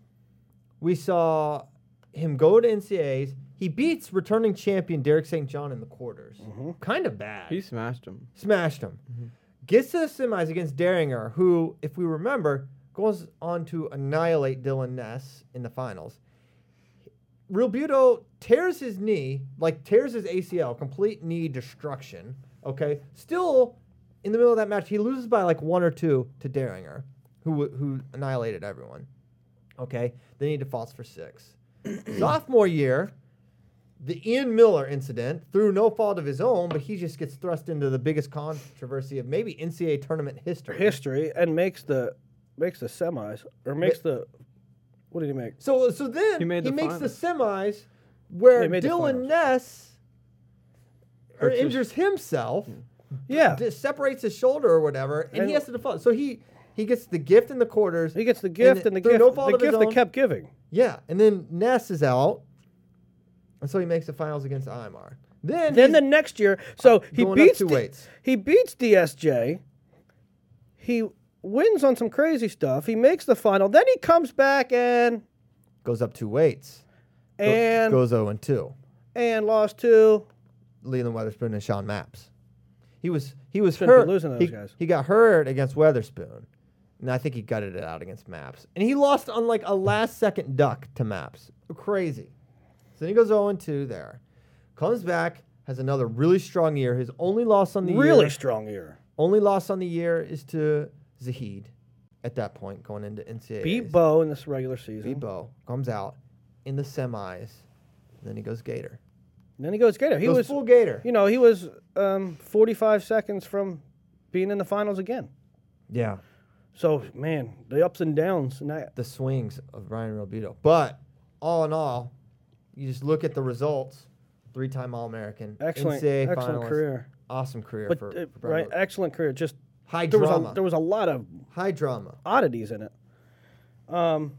S1: we saw him go to NCAA's. He beats returning champion Derek St. John in the quarters. Kind of bad
S3: He smashed him.
S1: smashed him. Gets to the semis against Derringer, who, if we remember, goes on to annihilate Dylan Ness in the finals. Real Buto tears his knee, like tears his ACL, complete knee destruction. Okay, still in the middle of that match, he loses by like one or two to Derringer, who who annihilated everyone. Okay, then he defaults for six. Sophomore year, the Ian Miller incident, through no fault of his own, but he just gets thrust into the biggest controversy of maybe NCAA tournament history.
S2: History and makes the makes the semis or makes the what did he make?
S1: So so then
S3: He
S1: he,
S3: made the
S1: makes the
S3: finals.
S1: semis where
S2: They made the
S1: Dylan
S2: finals.
S1: Ness or
S3: Hurts his-
S1: injures himself,
S2: Yeah.
S1: dis- separates his shoulder or whatever, and, he has to default. So he he gets the gift in the quarters.
S2: He gets the gift and, the
S1: through
S2: gift,
S1: no fault
S2: the
S1: of his
S2: gift that
S1: own.
S2: kept giving.
S1: Yeah, and then Ness is out, and so he makes the finals against Imar. Then
S2: Then
S1: he's-
S2: the next year, so he
S1: Going up
S2: beats
S1: two
S2: D-
S1: weights.
S2: he beats DSJ. He wins on some crazy stuff. He makes the final. Then he comes back and
S1: goes up two weights
S2: and
S1: goes zero and two.
S2: and lost to
S1: Leland Weatherspoon and Sean Maps. He was he was
S2: Shouldn't be
S1: hurt.
S2: losing to
S1: he,
S2: those guys.
S1: he got hurt against Weatherspoon, and I think he gutted it out against Maps. And he lost on like a last second duck to Maps. Crazy. So then he goes 0 2 there. Comes back, has another really strong year. His only loss on the
S2: really
S1: year,
S2: strong year.
S1: only loss on the year is to Zahid. At that point, going into NCAA,
S2: Beat Bo in this regular season.
S1: beat Bo comes out in the semis. Then he goes Gator.
S2: And then he goes Gator. He
S1: goes
S2: was
S1: full Gator.
S2: you know he was um, 45 seconds from being in the finals again.
S1: Yeah.
S2: So man, the ups and downs and that.
S1: the swings of Ryan Robito. But all in all, you just look at the results. Three-time All-American,
S2: Excellent,
S1: NCAA
S2: excellent
S1: finalist.
S2: career.
S1: awesome career
S2: But
S1: for,
S2: uh,
S1: for Brian
S2: right,
S1: Robito.
S2: excellent career. Just
S1: High
S2: there was
S1: drama.
S2: a, there was a lot of
S1: High drama.
S2: oddities in it. Um,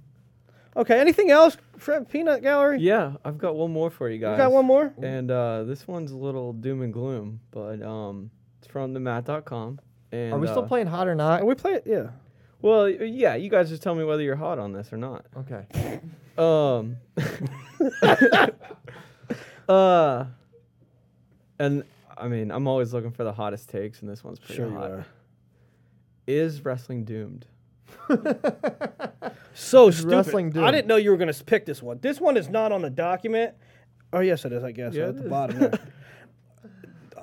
S2: okay. Anything else, Fred Peanut Gallery?
S3: Yeah, I've got one more for you guys.
S2: You got one more?
S3: And uh, this one's a little doom and gloom, but um, it's from themat.com. And
S1: Are we still
S3: uh,
S1: playing hot or not?
S2: Are we play it? Yeah.
S3: Well, y- yeah, you guys just tell me whether you're hot on this or not.
S1: Okay.
S3: Um. uh. And I mean, I'm always looking for the hottest takes, and this one's pretty
S2: Sure you
S3: hot.
S2: are.
S3: Is wrestling doomed?
S2: So stupid.
S1: wrestling
S2: I
S1: doing?
S2: didn't know you were going to pick this one. This one is not on the document. Oh yes, it is. I guess
S3: Yeah,
S2: at
S3: it
S2: the
S3: is.
S2: bottom. There.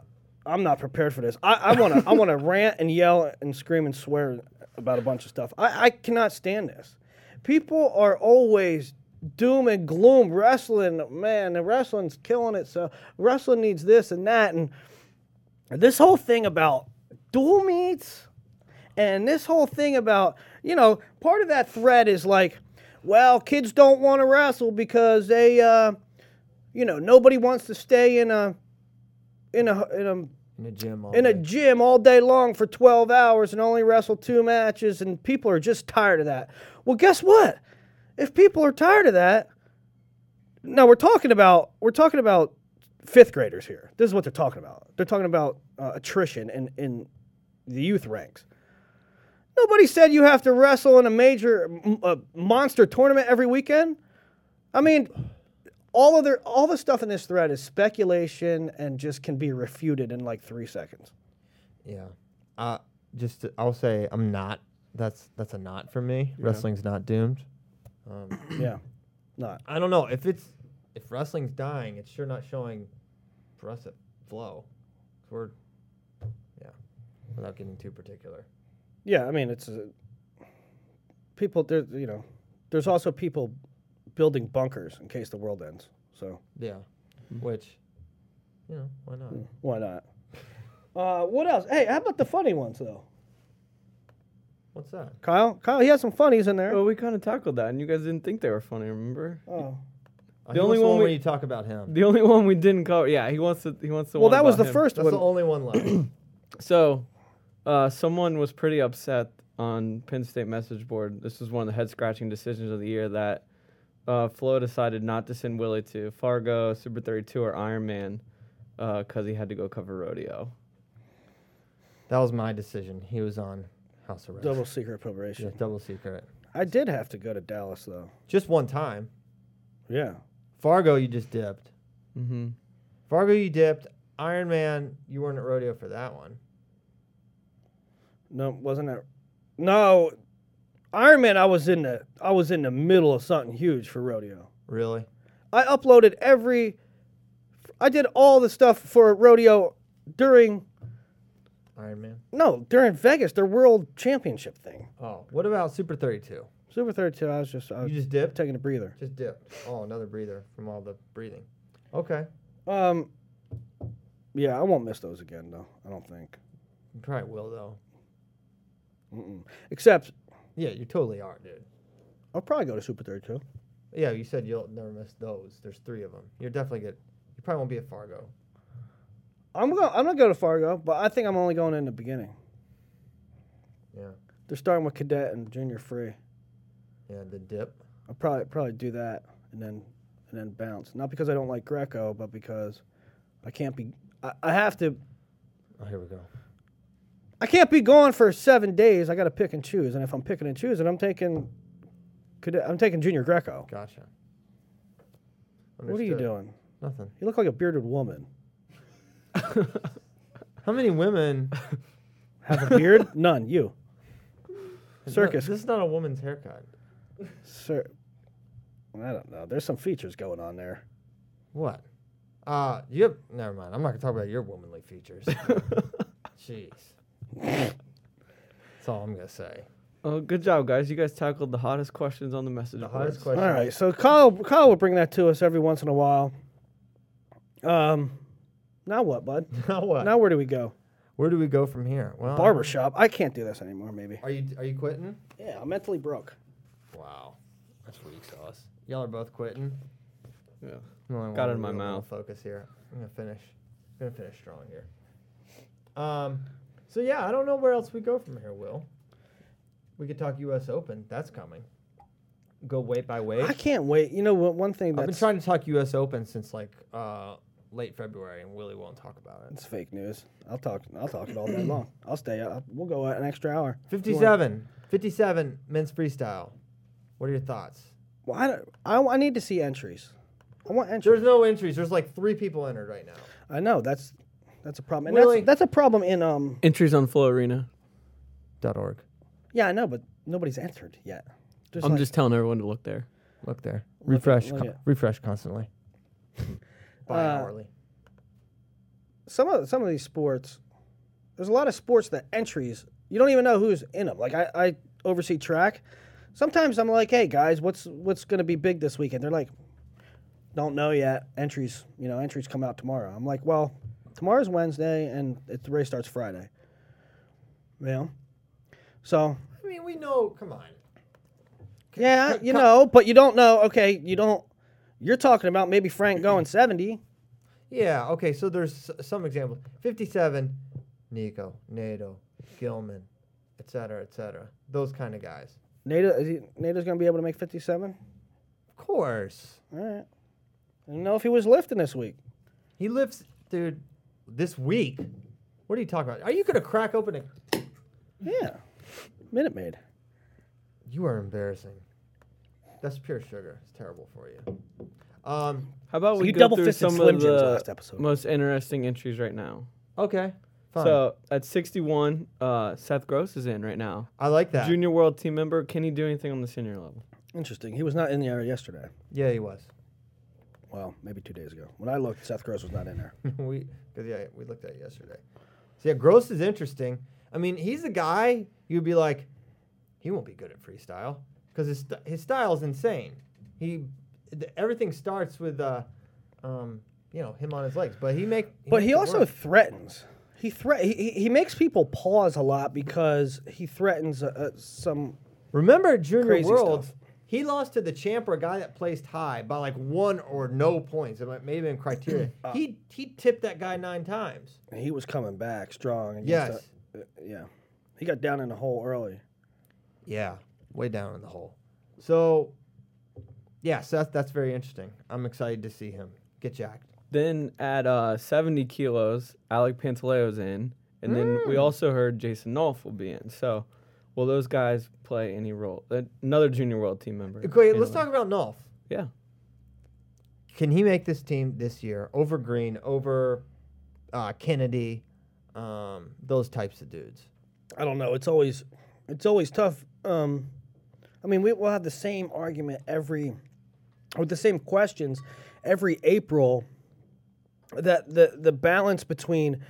S2: I'm not prepared for this. I want to. I want to rant and yell and scream and swear about a bunch of stuff. I, I cannot stand this. People are always doom and gloom wrestling. Man, the wrestling's killing it. So wrestling needs this and that and this whole thing about dual meets and this whole thing about you know part of that thread is like well kids don't want to wrestle because they uh, you know nobody wants to stay in a in a in a
S1: In a gym. All
S2: in a
S1: day.
S2: gym all day long for 12 hours and only wrestle two matches and people are just tired of that well guess what if people are tired of that now we're talking about we're talking about fifth graders here this is what they're talking about they're talking about uh, attrition in in the youth ranks Nobody said you have to wrestle in a major m- a monster tournament every weekend. I mean, all of their all the stuff in this thread is speculation and just can be refuted in like three seconds.
S1: Yeah. Uh, just to- I'll say I'm not. That's that's a not for me. Wrestling's not doomed. Um,
S2: yeah, not
S1: I don't know if it's if wrestling's dying. It's sure not showing for us at Flow. 'Cause We're yeah. Without getting too particular.
S2: yeah. I mean, it's uh, people. There, you know, there's also people building bunkers in case the world ends. So
S1: Yeah. Which you know why not?
S2: why not? Uh, what else? Hey, how about the funny ones though?
S1: What's that?
S2: Kyle, Kyle, he has some funnies in there.
S3: Well, we kind of tackled that, and you guys didn't think they were funny. Remember?
S2: Oh.
S1: I
S3: The
S1: think
S3: only
S1: that's
S3: one
S1: where
S3: we-
S1: you talk about him.
S3: The only one we didn't cover. Yeah, he wants to. He wants to.
S2: Well, that was the first
S1: That's
S2: one.
S1: the only one left.
S3: So, uh, someone was pretty upset on Penn State message board. This was one of the head scratching decisions of the year that uh, Flo decided not to send Willie to Fargo, Super 32, or Ironman because he had to go cover rodeo.
S1: that was my decision. He was on House Arrest.
S2: Double secret appropriation.
S1: yeah, double secret.
S2: I did have to go to Dallas though.
S1: Just one time.
S2: Yeah.
S1: Fargo, you just dipped.
S3: Mm-hmm.
S1: Fargo, you dipped. Iron Man, you weren't at rodeo for that one.
S2: No, wasn't that? No, Iron Man. I was in the I was in the middle of something huge for rodeo.
S1: Really?
S2: I uploaded every. I did all the stuff for rodeo during
S1: Iron Man.
S2: no during Vegas their World Championship thing.
S1: Oh, what about Super 32?
S2: Super thirty two. I was just I
S1: You
S2: was
S1: just dipped?
S2: taking a breather.
S1: Just dipped. Oh, another breather from all the breathing. Okay.
S2: Um. Yeah, I won't miss those again though. I don't think.
S1: You probably will, though.
S2: Mm-mm. Except
S1: Yeah, you totally are, dude.
S2: I'll probably go to Super thirty two.
S1: Yeah, you said you'll never miss those. There's three of them. You're definitely good. You probably won't be at Fargo.
S2: I'm going. I'm gonna go to Fargo, but I think I'm only going in the beginning.
S1: Yeah.
S2: They're starting with cadet and junior free.
S1: Yeah, the dip.
S2: I'll probably probably do that and then and then bounce. Not because I don't like Greco, but because I can't be I, I have to
S1: Oh, here we go.
S2: I can't be gone for seven days. I gotta pick and choose. And if I'm picking and choosing, I'm taking could I'm taking junior Greco.
S1: Gotcha.
S2: What are you
S1: Understood.
S2: doing?
S1: Nothing.
S2: You look like a bearded woman.
S1: How many women?
S2: Have a beard? None. You. Circus.
S1: This is not a woman's haircut.
S2: Sir I don't know. There's some features going on there.
S1: What? Uh, you have, never mind. I'm not gonna talk about your womanly features. Jeez. That's all I'm gonna say.
S3: Oh, good job, guys! You guys tackled the hottest questions on the message
S1: The
S3: boards.
S1: hardest question.
S2: All right, so Kyle Kyle will bring that to us every once in a while. Um, now what, bud?
S1: Now what?
S2: Now where do we go?
S1: Where do we go from here? Well,
S2: Uh, Barbershop. I can't do this anymore, maybe.
S1: Are you are you quitting?
S2: Yeah, I'm mentally broke.
S1: Wow, that's weak sauce. Y'all are both quitting.
S3: Yeah.
S1: I'm the only
S3: Got
S1: one
S3: it in my
S1: with a little
S3: mouth.
S1: Focus here. I'm gonna finish. I'm gonna finish strong here. Um, so yeah, I don't know where else we go from here. Will we could talk U.S. Open? That's coming. Go weight by weight.
S2: I can't wait. You know what? One thing
S1: I've been
S2: that's
S1: trying to talk U.S. Open since like uh, late February, and Willie won't talk about it.
S2: it's fake news. I'll talk. I'll talk it all day long. I'll stay. I'll, we'll go an extra hour.
S1: 57, 57 men's freestyle. What are your thoughts?
S2: Well, I, don't- I, I need to see entries. I want entries.
S1: There's no entries. There's like three people entered right now.
S2: I know that's that's a problem. And
S1: Really?
S2: that's, that's a problem in um.
S3: Entries on Flow Arena.
S1: Dot org.
S2: Yeah, I know, but nobody's entered yet. Just
S3: I'm
S2: like-
S3: just telling everyone to look there.
S1: Look there. refresh.
S2: look
S1: con-
S2: at-
S1: refresh constantly. Uh, By hourly.
S2: some of some of these sports. There's a lot of sports that entries you don't even know who's in them. Like I, I oversee track. Sometimes I'm like, hey guys, what's what's going to be big this weekend? They're like, don't know yet. Entries, you know, entries come out tomorrow. I'm like, well, tomorrow's Wednesday and it, the race starts Friday. You know, so
S1: I mean, we know. Come on.
S2: Yeah, you know, but you don't know. Okay, you don't. You're talking about maybe Frank going seventy.
S1: Yeah. Okay. So there's s- some examples. Fifty-seven. Nico, Nato, Gilman, et cetera, et cetera. Those kind of guys.
S2: Nato, is he, Nato's going to be able to make fifty-seven.
S1: Of course.
S2: All right. I didn't know if he was lifting this week.
S1: He lifts, dude. This week. What are you talking about? Are you gonna crack open a?
S2: Yeah, Minute Maid.
S1: You are embarrassing. That's pure sugar. It's terrible for you. Um.
S3: How about
S2: So
S3: we
S2: you
S3: go through
S2: double-fisted
S3: some
S2: Slim
S3: of
S2: Jims
S3: the
S2: last episode.
S3: most interesting entries right now?
S1: Okay. Fine.
S3: So at 61, uh, Seth Gross is in right now.
S1: I like that.
S3: Junior World team member. Can he do anything on the senior level?
S2: Interesting. He was not in the area yesterday.
S1: Yeah, he was.
S2: Well, maybe two days ago. When I looked, Seth Gross was not in there.
S1: we because yeah, we looked at it yesterday. So yeah, Gross is interesting. I mean, he's a guy you'd be like, he won't be good at freestyle because his st- his style is insane. He th- everything starts with uh, um, you know, him on his legs, but he make.
S2: But
S1: makes
S2: he
S1: it
S2: also
S1: work.
S2: threatens. He threat. He, he- he makes people pause a lot because he threatens uh, uh, some.
S1: remember Junior
S2: crazy
S1: World.
S2: stuff.
S1: He lost to the champ or a guy that placed high by like one or no points. It might maybe in criteria.
S2: Ah.
S1: he he tipped that guy nine times.
S2: He was coming back strong. against
S1: Yes.
S2: a- uh, yeah. He got down in the hole early.
S1: Yeah, way down in the hole. So, yeah, Seth, that's very interesting. I'm excited to see him get jacked.
S3: Then at uh, 70 kilos, Alec Pantaleo's in. And then
S2: Hmm.
S3: we also heard Jason Nolf will be in. So will those guys play any role? Uh, Another Junior World team member.
S1: Okay, let's
S3: Anyway.
S1: talk about Nolf.
S3: Yeah.
S1: Can he make this team this year over Green, over uh, Kennedy, um, those types of dudes?
S2: I don't know. It's always it's always tough. Um, I mean, we, we'll have the same argument every with the same questions every April. That the the balance between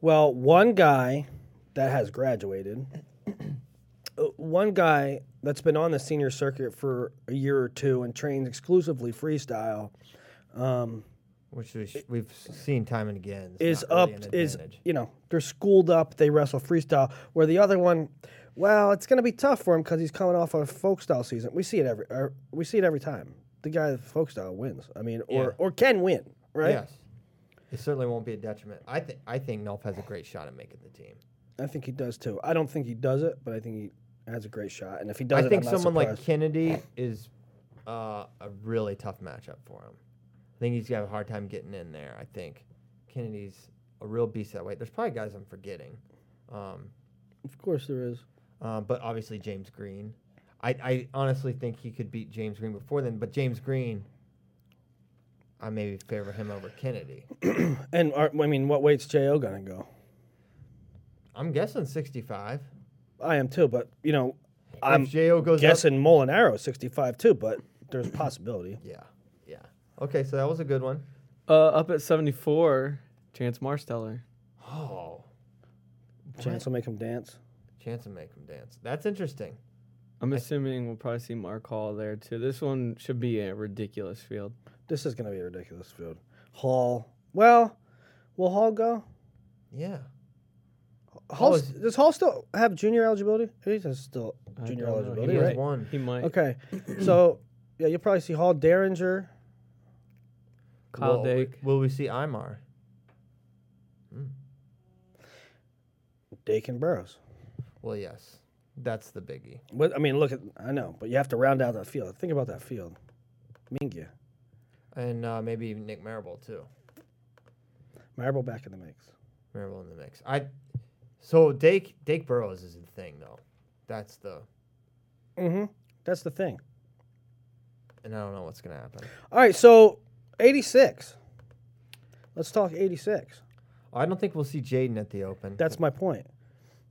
S2: well, one guy that has graduated, uh, one guy that's been on the senior circuit for a year or two and trains exclusively freestyle
S1: Which we sh- we've seen time and again. It's
S2: is
S1: not
S2: up
S1: really an
S2: is
S1: advantage.
S2: you know they're schooled up they wrestle freestyle where the other one well it's going to be tough for him because he's coming off a folk style season we see it every or we see it every time the guy with folk style wins i mean or or can win right
S1: Yes. It certainly won't be a detriment. I think I think Nolf has a great shot at making the team.
S2: i think he does too i don't think he does it but i think he has a great shot and if he does
S1: I
S2: it,
S1: think
S2: I'm not
S1: someone like
S2: surprised.
S1: Kennedy is uh, a really tough matchup for him. I think he's gonna have a hard time getting in there. I think Kennedy's a real beast that way. There's probably guys I'm forgetting, um,
S2: of course there is
S1: uh, but obviously James Green. I, I honestly think he could beat James Green before then, but James Green, I maybe favor him over Kennedy.
S2: and are, i mean what weight's jo gonna go
S1: I'm guessing 65.
S2: i am too but you know i'm
S1: if Jo goes up,
S2: guessing molinaro 65 too but there's a possibility
S1: yeah, yeah. Okay, so that was a good one.
S3: Uh, up at 74, Chance Marsteller.
S1: Oh,
S2: chance will make him dance
S1: chance to make him dance. That's interesting.
S3: I'm assuming we'll probably see Mark Hall there too. This one should be a ridiculous field.
S2: This is going to be a ridiculous field. Hall. Well, will Hall go?
S1: Yeah.
S3: Oh,
S2: Hall, does Hall still have junior eligibility? He's still
S3: I
S2: junior
S3: don't know.
S2: eligibility,
S3: He
S1: has
S2: right?
S1: one.
S3: He might.
S2: Okay, so yeah, you'll probably see Hall Derringer.
S3: Kyle
S1: Will-
S3: Dake.
S1: Will we see Imar? Hmm.
S2: Dakin Burrows.
S1: Well, yes. That's the biggie.
S2: What I mean, look at I know, but you have to round out that field. Think about that field. Mingia,
S1: And uh, maybe even Nick Marable, too.
S2: Marable back in the mix.
S1: Marable in the mix. I. So Dake Dake Burrows is the thing, though. That's the.
S2: Mm-hmm. That's the thing.
S1: And I don't know what's going to happen.
S2: All right, so eighty six. Let's talk eighty six.
S1: I don't think we'll see Jaden at the Open.
S2: That's my point,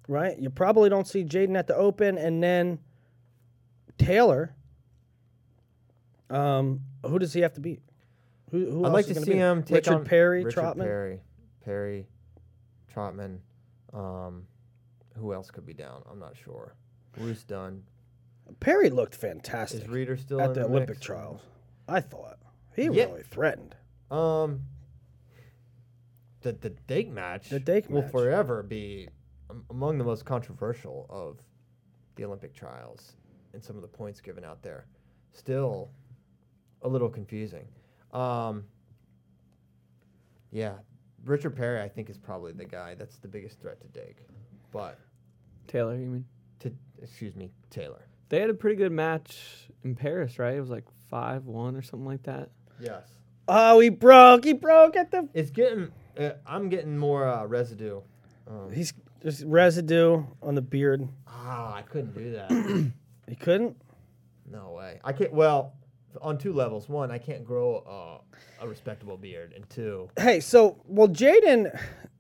S2: right? You probably don't see Jaden at the Open, and then Taylor. Um, who does he have to beat? Who, who
S1: I'd
S2: else
S1: like
S2: is
S1: to
S2: gonna
S1: see
S2: beat?
S1: him take
S2: Richard
S1: on
S2: Perry,
S1: Richard
S2: Trotman.
S1: Perry, Perry, Trotman. Um, who else could be down? I'm not sure. Bruce Dunn.
S2: Perry looked
S1: Is
S2: fantastic
S1: Reader still
S2: at
S1: in
S2: the
S1: the
S2: Olympic
S1: mix?
S2: trials. I thought he
S1: Yeah.
S2: really threatened.
S1: Um, the the Dake match.
S2: The Dake
S1: will
S2: match.
S1: forever be am- among the most controversial of the Olympic trials, and some of the points given out there. Still, a little confusing. Um, yeah, Richard Perry, I think, is probably the guy that's the biggest threat to Dake, but
S3: Taylor, you mean?
S1: to excuse me, Taylor.
S3: They had a pretty good match in Paris, right? It was like 5 1 or something like that.
S1: Yes,
S2: Oh, he broke! He broke at the.
S1: it's getting. Uh, I'm getting more uh, residue.
S2: He's there's residue on the beard.
S1: Ah, I couldn't do that.
S2: He couldn't.
S1: No way. I can't. Well, on two levels. One, I can't grow uh, a respectable beard, and two,
S2: Hey, so well, Jaden,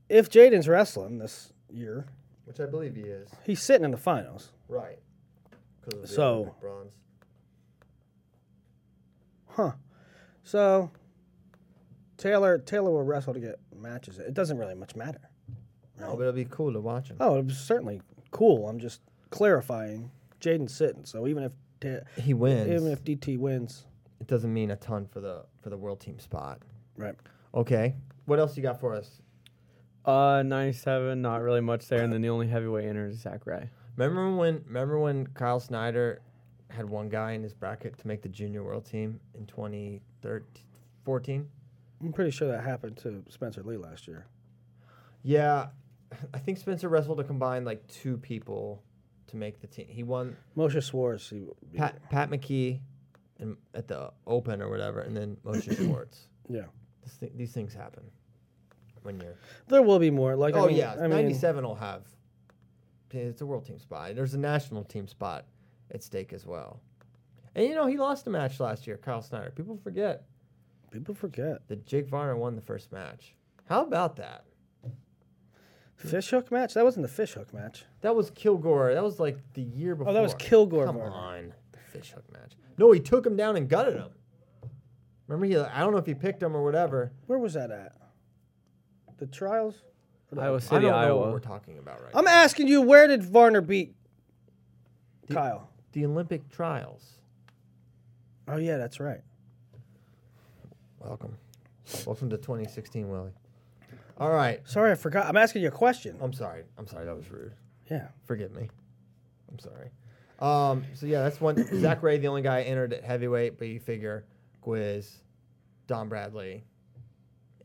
S2: if Jaden's wrestling this year,
S1: which I believe he is,
S2: he's sitting in the finals.
S1: right? Because
S2: the So- Olympic
S1: bronze.
S2: Huh. So Taylor Taylor will wrestle to get matches. It doesn't really much matter.
S1: No, but it'll be cool to watch him.
S2: Oh, it was certainly cool. I'm just clarifying. Jaden's sitting, so even if Ta-
S1: He wins.
S2: even if DT wins,
S1: it doesn't mean a ton for the for the world team spot.
S2: right?
S1: Okay. What else you got for us?
S3: Uh, 97, not really much there. And then the only heavyweight enter is Zach Ray.
S1: Remember when? Remember when Kyle Snyder had one guy in his bracket to make the junior world team in 2014?
S2: I'm pretty sure that happened to Spencer Lee last year.
S1: Yeah, I think Spencer wrestled to combine like two people to make the team. He won.
S2: Moshe Swartz, he,
S1: Pat Pat McKee, and at the Open or whatever, and then Moshe Schwartz.
S2: yeah.
S1: This thi- these things happen when you're.
S2: There will be more. Like
S1: Oh
S2: I mean,
S1: yeah,
S2: I mean,
S1: ninety-seven will have. It's a world team spot. There's a national team spot at stake as well. And you know he lost a match last year, Kyle Snyder. People forget
S2: people forget
S1: that Jake Varner won the first match. How about that?
S2: fish hook match. That wasn't the fish hook match.
S1: That was Kilgore. That was like the year before.
S2: Oh, that was Kilgore
S1: Come
S2: Varner.
S1: on, the fish hook match. No, he took him down and gutted him. Remember, he. I don't know if he picked him or whatever.
S2: Where was that at? The trials.
S3: Iowa
S1: I
S3: City,
S1: don't know what
S3: Iowa.
S1: we're talking about right
S2: I'm asking you, where did Varner beat
S1: The-
S2: Kyle?
S1: The Olympic trials.
S2: Oh yeah, that's right.
S1: Welcome. Welcome to 2016, Willie. All right.
S2: Sorry, I forgot. I'm asking you a question.
S1: I'm sorry. I'm sorry. That was rude.
S2: Yeah.
S1: Forgive me. I'm sorry. Um, so, yeah, that's one. Zach Ray, the only guy entered at heavyweight, but you figure Quiz, Don Bradley,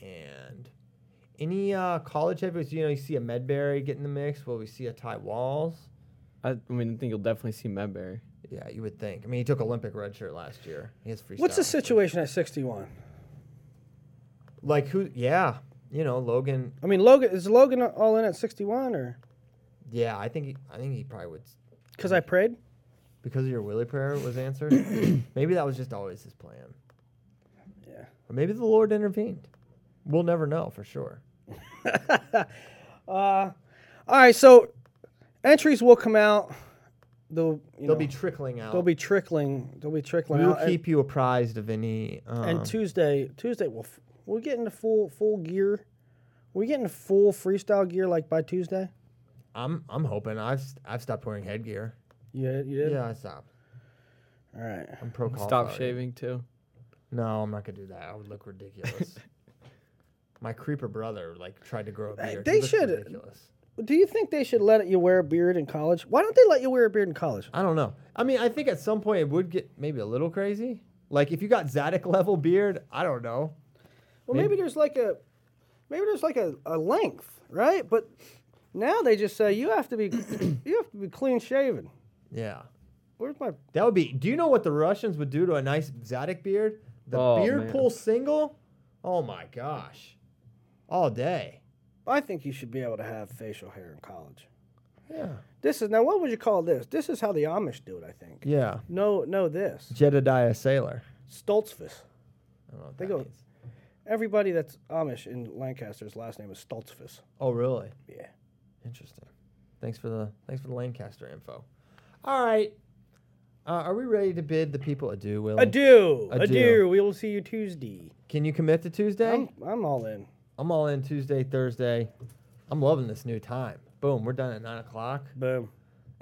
S1: and any uh, college heavyweights. You know, you see a Medberry get in the mix. Will we see a Ty Walls?
S3: I, I mean, I think you'll definitely see Medberry.
S1: Yeah, you would think. I mean, he took Olympic red shirt last year. He has free.
S2: What's the situation at 61?
S1: Like who? Yeah, you know Logan.
S2: I mean, Logan is Logan all in at 61 or
S1: Yeah, I think he, I think he probably would s-
S2: because I prayed?
S1: because of your Willie prayer was answered. maybe that was just always his plan,
S2: Yeah.
S1: or maybe the Lord intervened. We'll never know for sure.
S2: All right. So entries will come out. They'll you
S1: They'll
S2: know,
S1: be trickling out.
S2: they'll be trickling. They'll be trickling
S1: We'll
S2: out. And-
S1: keep you apprised of any. Um,
S2: and, Tuesday Tuesday we'll f- we'll get into full full gear. We get into full freestyle gear like by Tuesday.
S1: I'm I'm hoping I've st- I've stopped wearing headgear.
S2: Yeah. You
S1: Yeah,
S2: did.
S1: I stopped.
S2: All right.
S1: I'm pro. cauliflower.
S3: Stop shaving, too.
S1: No, I'm not gonna do that. I would look ridiculous. My creeper brother like tried to grow a beard. He
S2: Uh, they
S1: looked
S2: should-
S1: Ridiculous.
S2: do you think they should let you wear a beard in college? Why don't they let you wear a beard in college?
S1: I don't know. I mean, I think at some point it would get maybe a little crazy. Like if you got Zadok level beard, I don't know.
S2: Well, maybe, there's like a maybe there's like a, a length, right? But now they just say you have to be you have to be clean shaven.
S1: Yeah.
S2: Where's my
S1: That would be. Do you know what the Russians would do to a nice Zadok beard? The
S3: Oh,
S1: beard
S3: man.
S1: pull single? Oh my gosh. All day.
S2: I think you should be able to have facial hair in college.
S1: Yeah.
S2: This is now what would you call this? This is how the Amish do it, I think.
S1: Yeah.
S2: No, no, this
S1: Jedediah Sailor.
S2: Stoltzfus.
S1: I don't know what
S2: They
S1: that
S2: go-
S1: means.
S2: Everybody that's Amish in Lancaster's last name is Stoltzfus.
S1: Oh really?
S2: Yeah.
S1: Interesting. Thanks for the thanks for the Lancaster info. All right. Uh, are we ready to bid the people adieu, Willie?
S2: Adieu.
S1: Adieu.
S2: Adieu. We will see you Tuesday.
S1: Can you commit to Tuesday?
S2: I'm, I'm all in.
S1: I'm all in Tuesday, Thursday. I'm loving this new time. Boom, we're done at nine o'clock.
S2: Boom.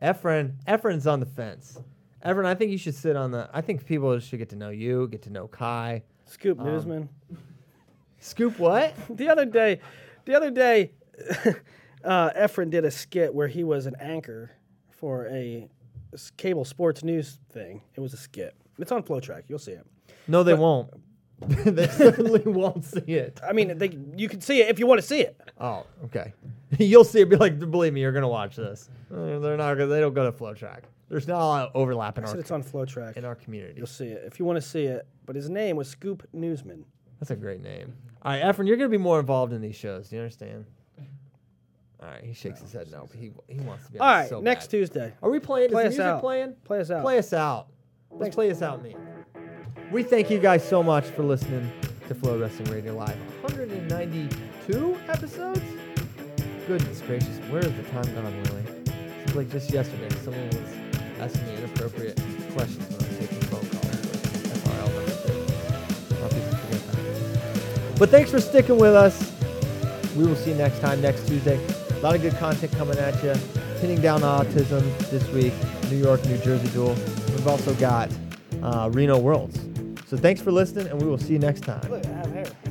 S1: Efren, Efren's on the fence. Efren, I think you should sit on the. I think people should get to know you, get to know Kai.
S2: Scoop Newsman.
S1: Scoop what?
S2: The other day, the other day, uh, Efren did a skit where he was an anchor for a s- cable sports news thing. It was a skit. It's on Flowtrack. You'll see it.
S1: No, they won't. they certainly won't see it.
S2: I mean, they, you can see it if you want to see it.
S1: Oh, okay. You'll see it. Be like, believe me, you're gonna watch this. Uh, They're not. gonna- They don't go to flow track. There's not a lot of overlap in
S2: I
S1: our
S2: said it's on
S1: in
S2: Flowtrack.
S1: our community.
S2: You'll see it if you want to see it. But his name was Scoop Newsman.
S1: That's a great name. All right, Efren, you're gonna be more involved in these shows. Do you understand? All right, he shakes his head no, but he he wants to be. on
S2: All right,
S1: so
S2: next
S1: bad.
S2: Tuesday.
S1: Are we playing?
S2: Play
S1: Is
S2: us
S1: music
S2: out.
S1: playing?
S2: Play us out.
S1: Play us out. Let's play us out, man. We thank you guys so much for listening to Flow Wrestling Radio Live. 192 episodes? Goodness gracious, where has the time gone, Lily? It's like just yesterday, someone was asking me inappropriate questions when I was taking phone calls. FRL number. A lot of people forget that. But thanks for sticking with us. We will see you next time, next Tuesday. A lot of good content coming at you. Pinning down autism this week, New York, New Jersey duel. We've also got uh, Reno Worlds. So thanks for listening, and we will see you next time.
S2: Look, I have hair.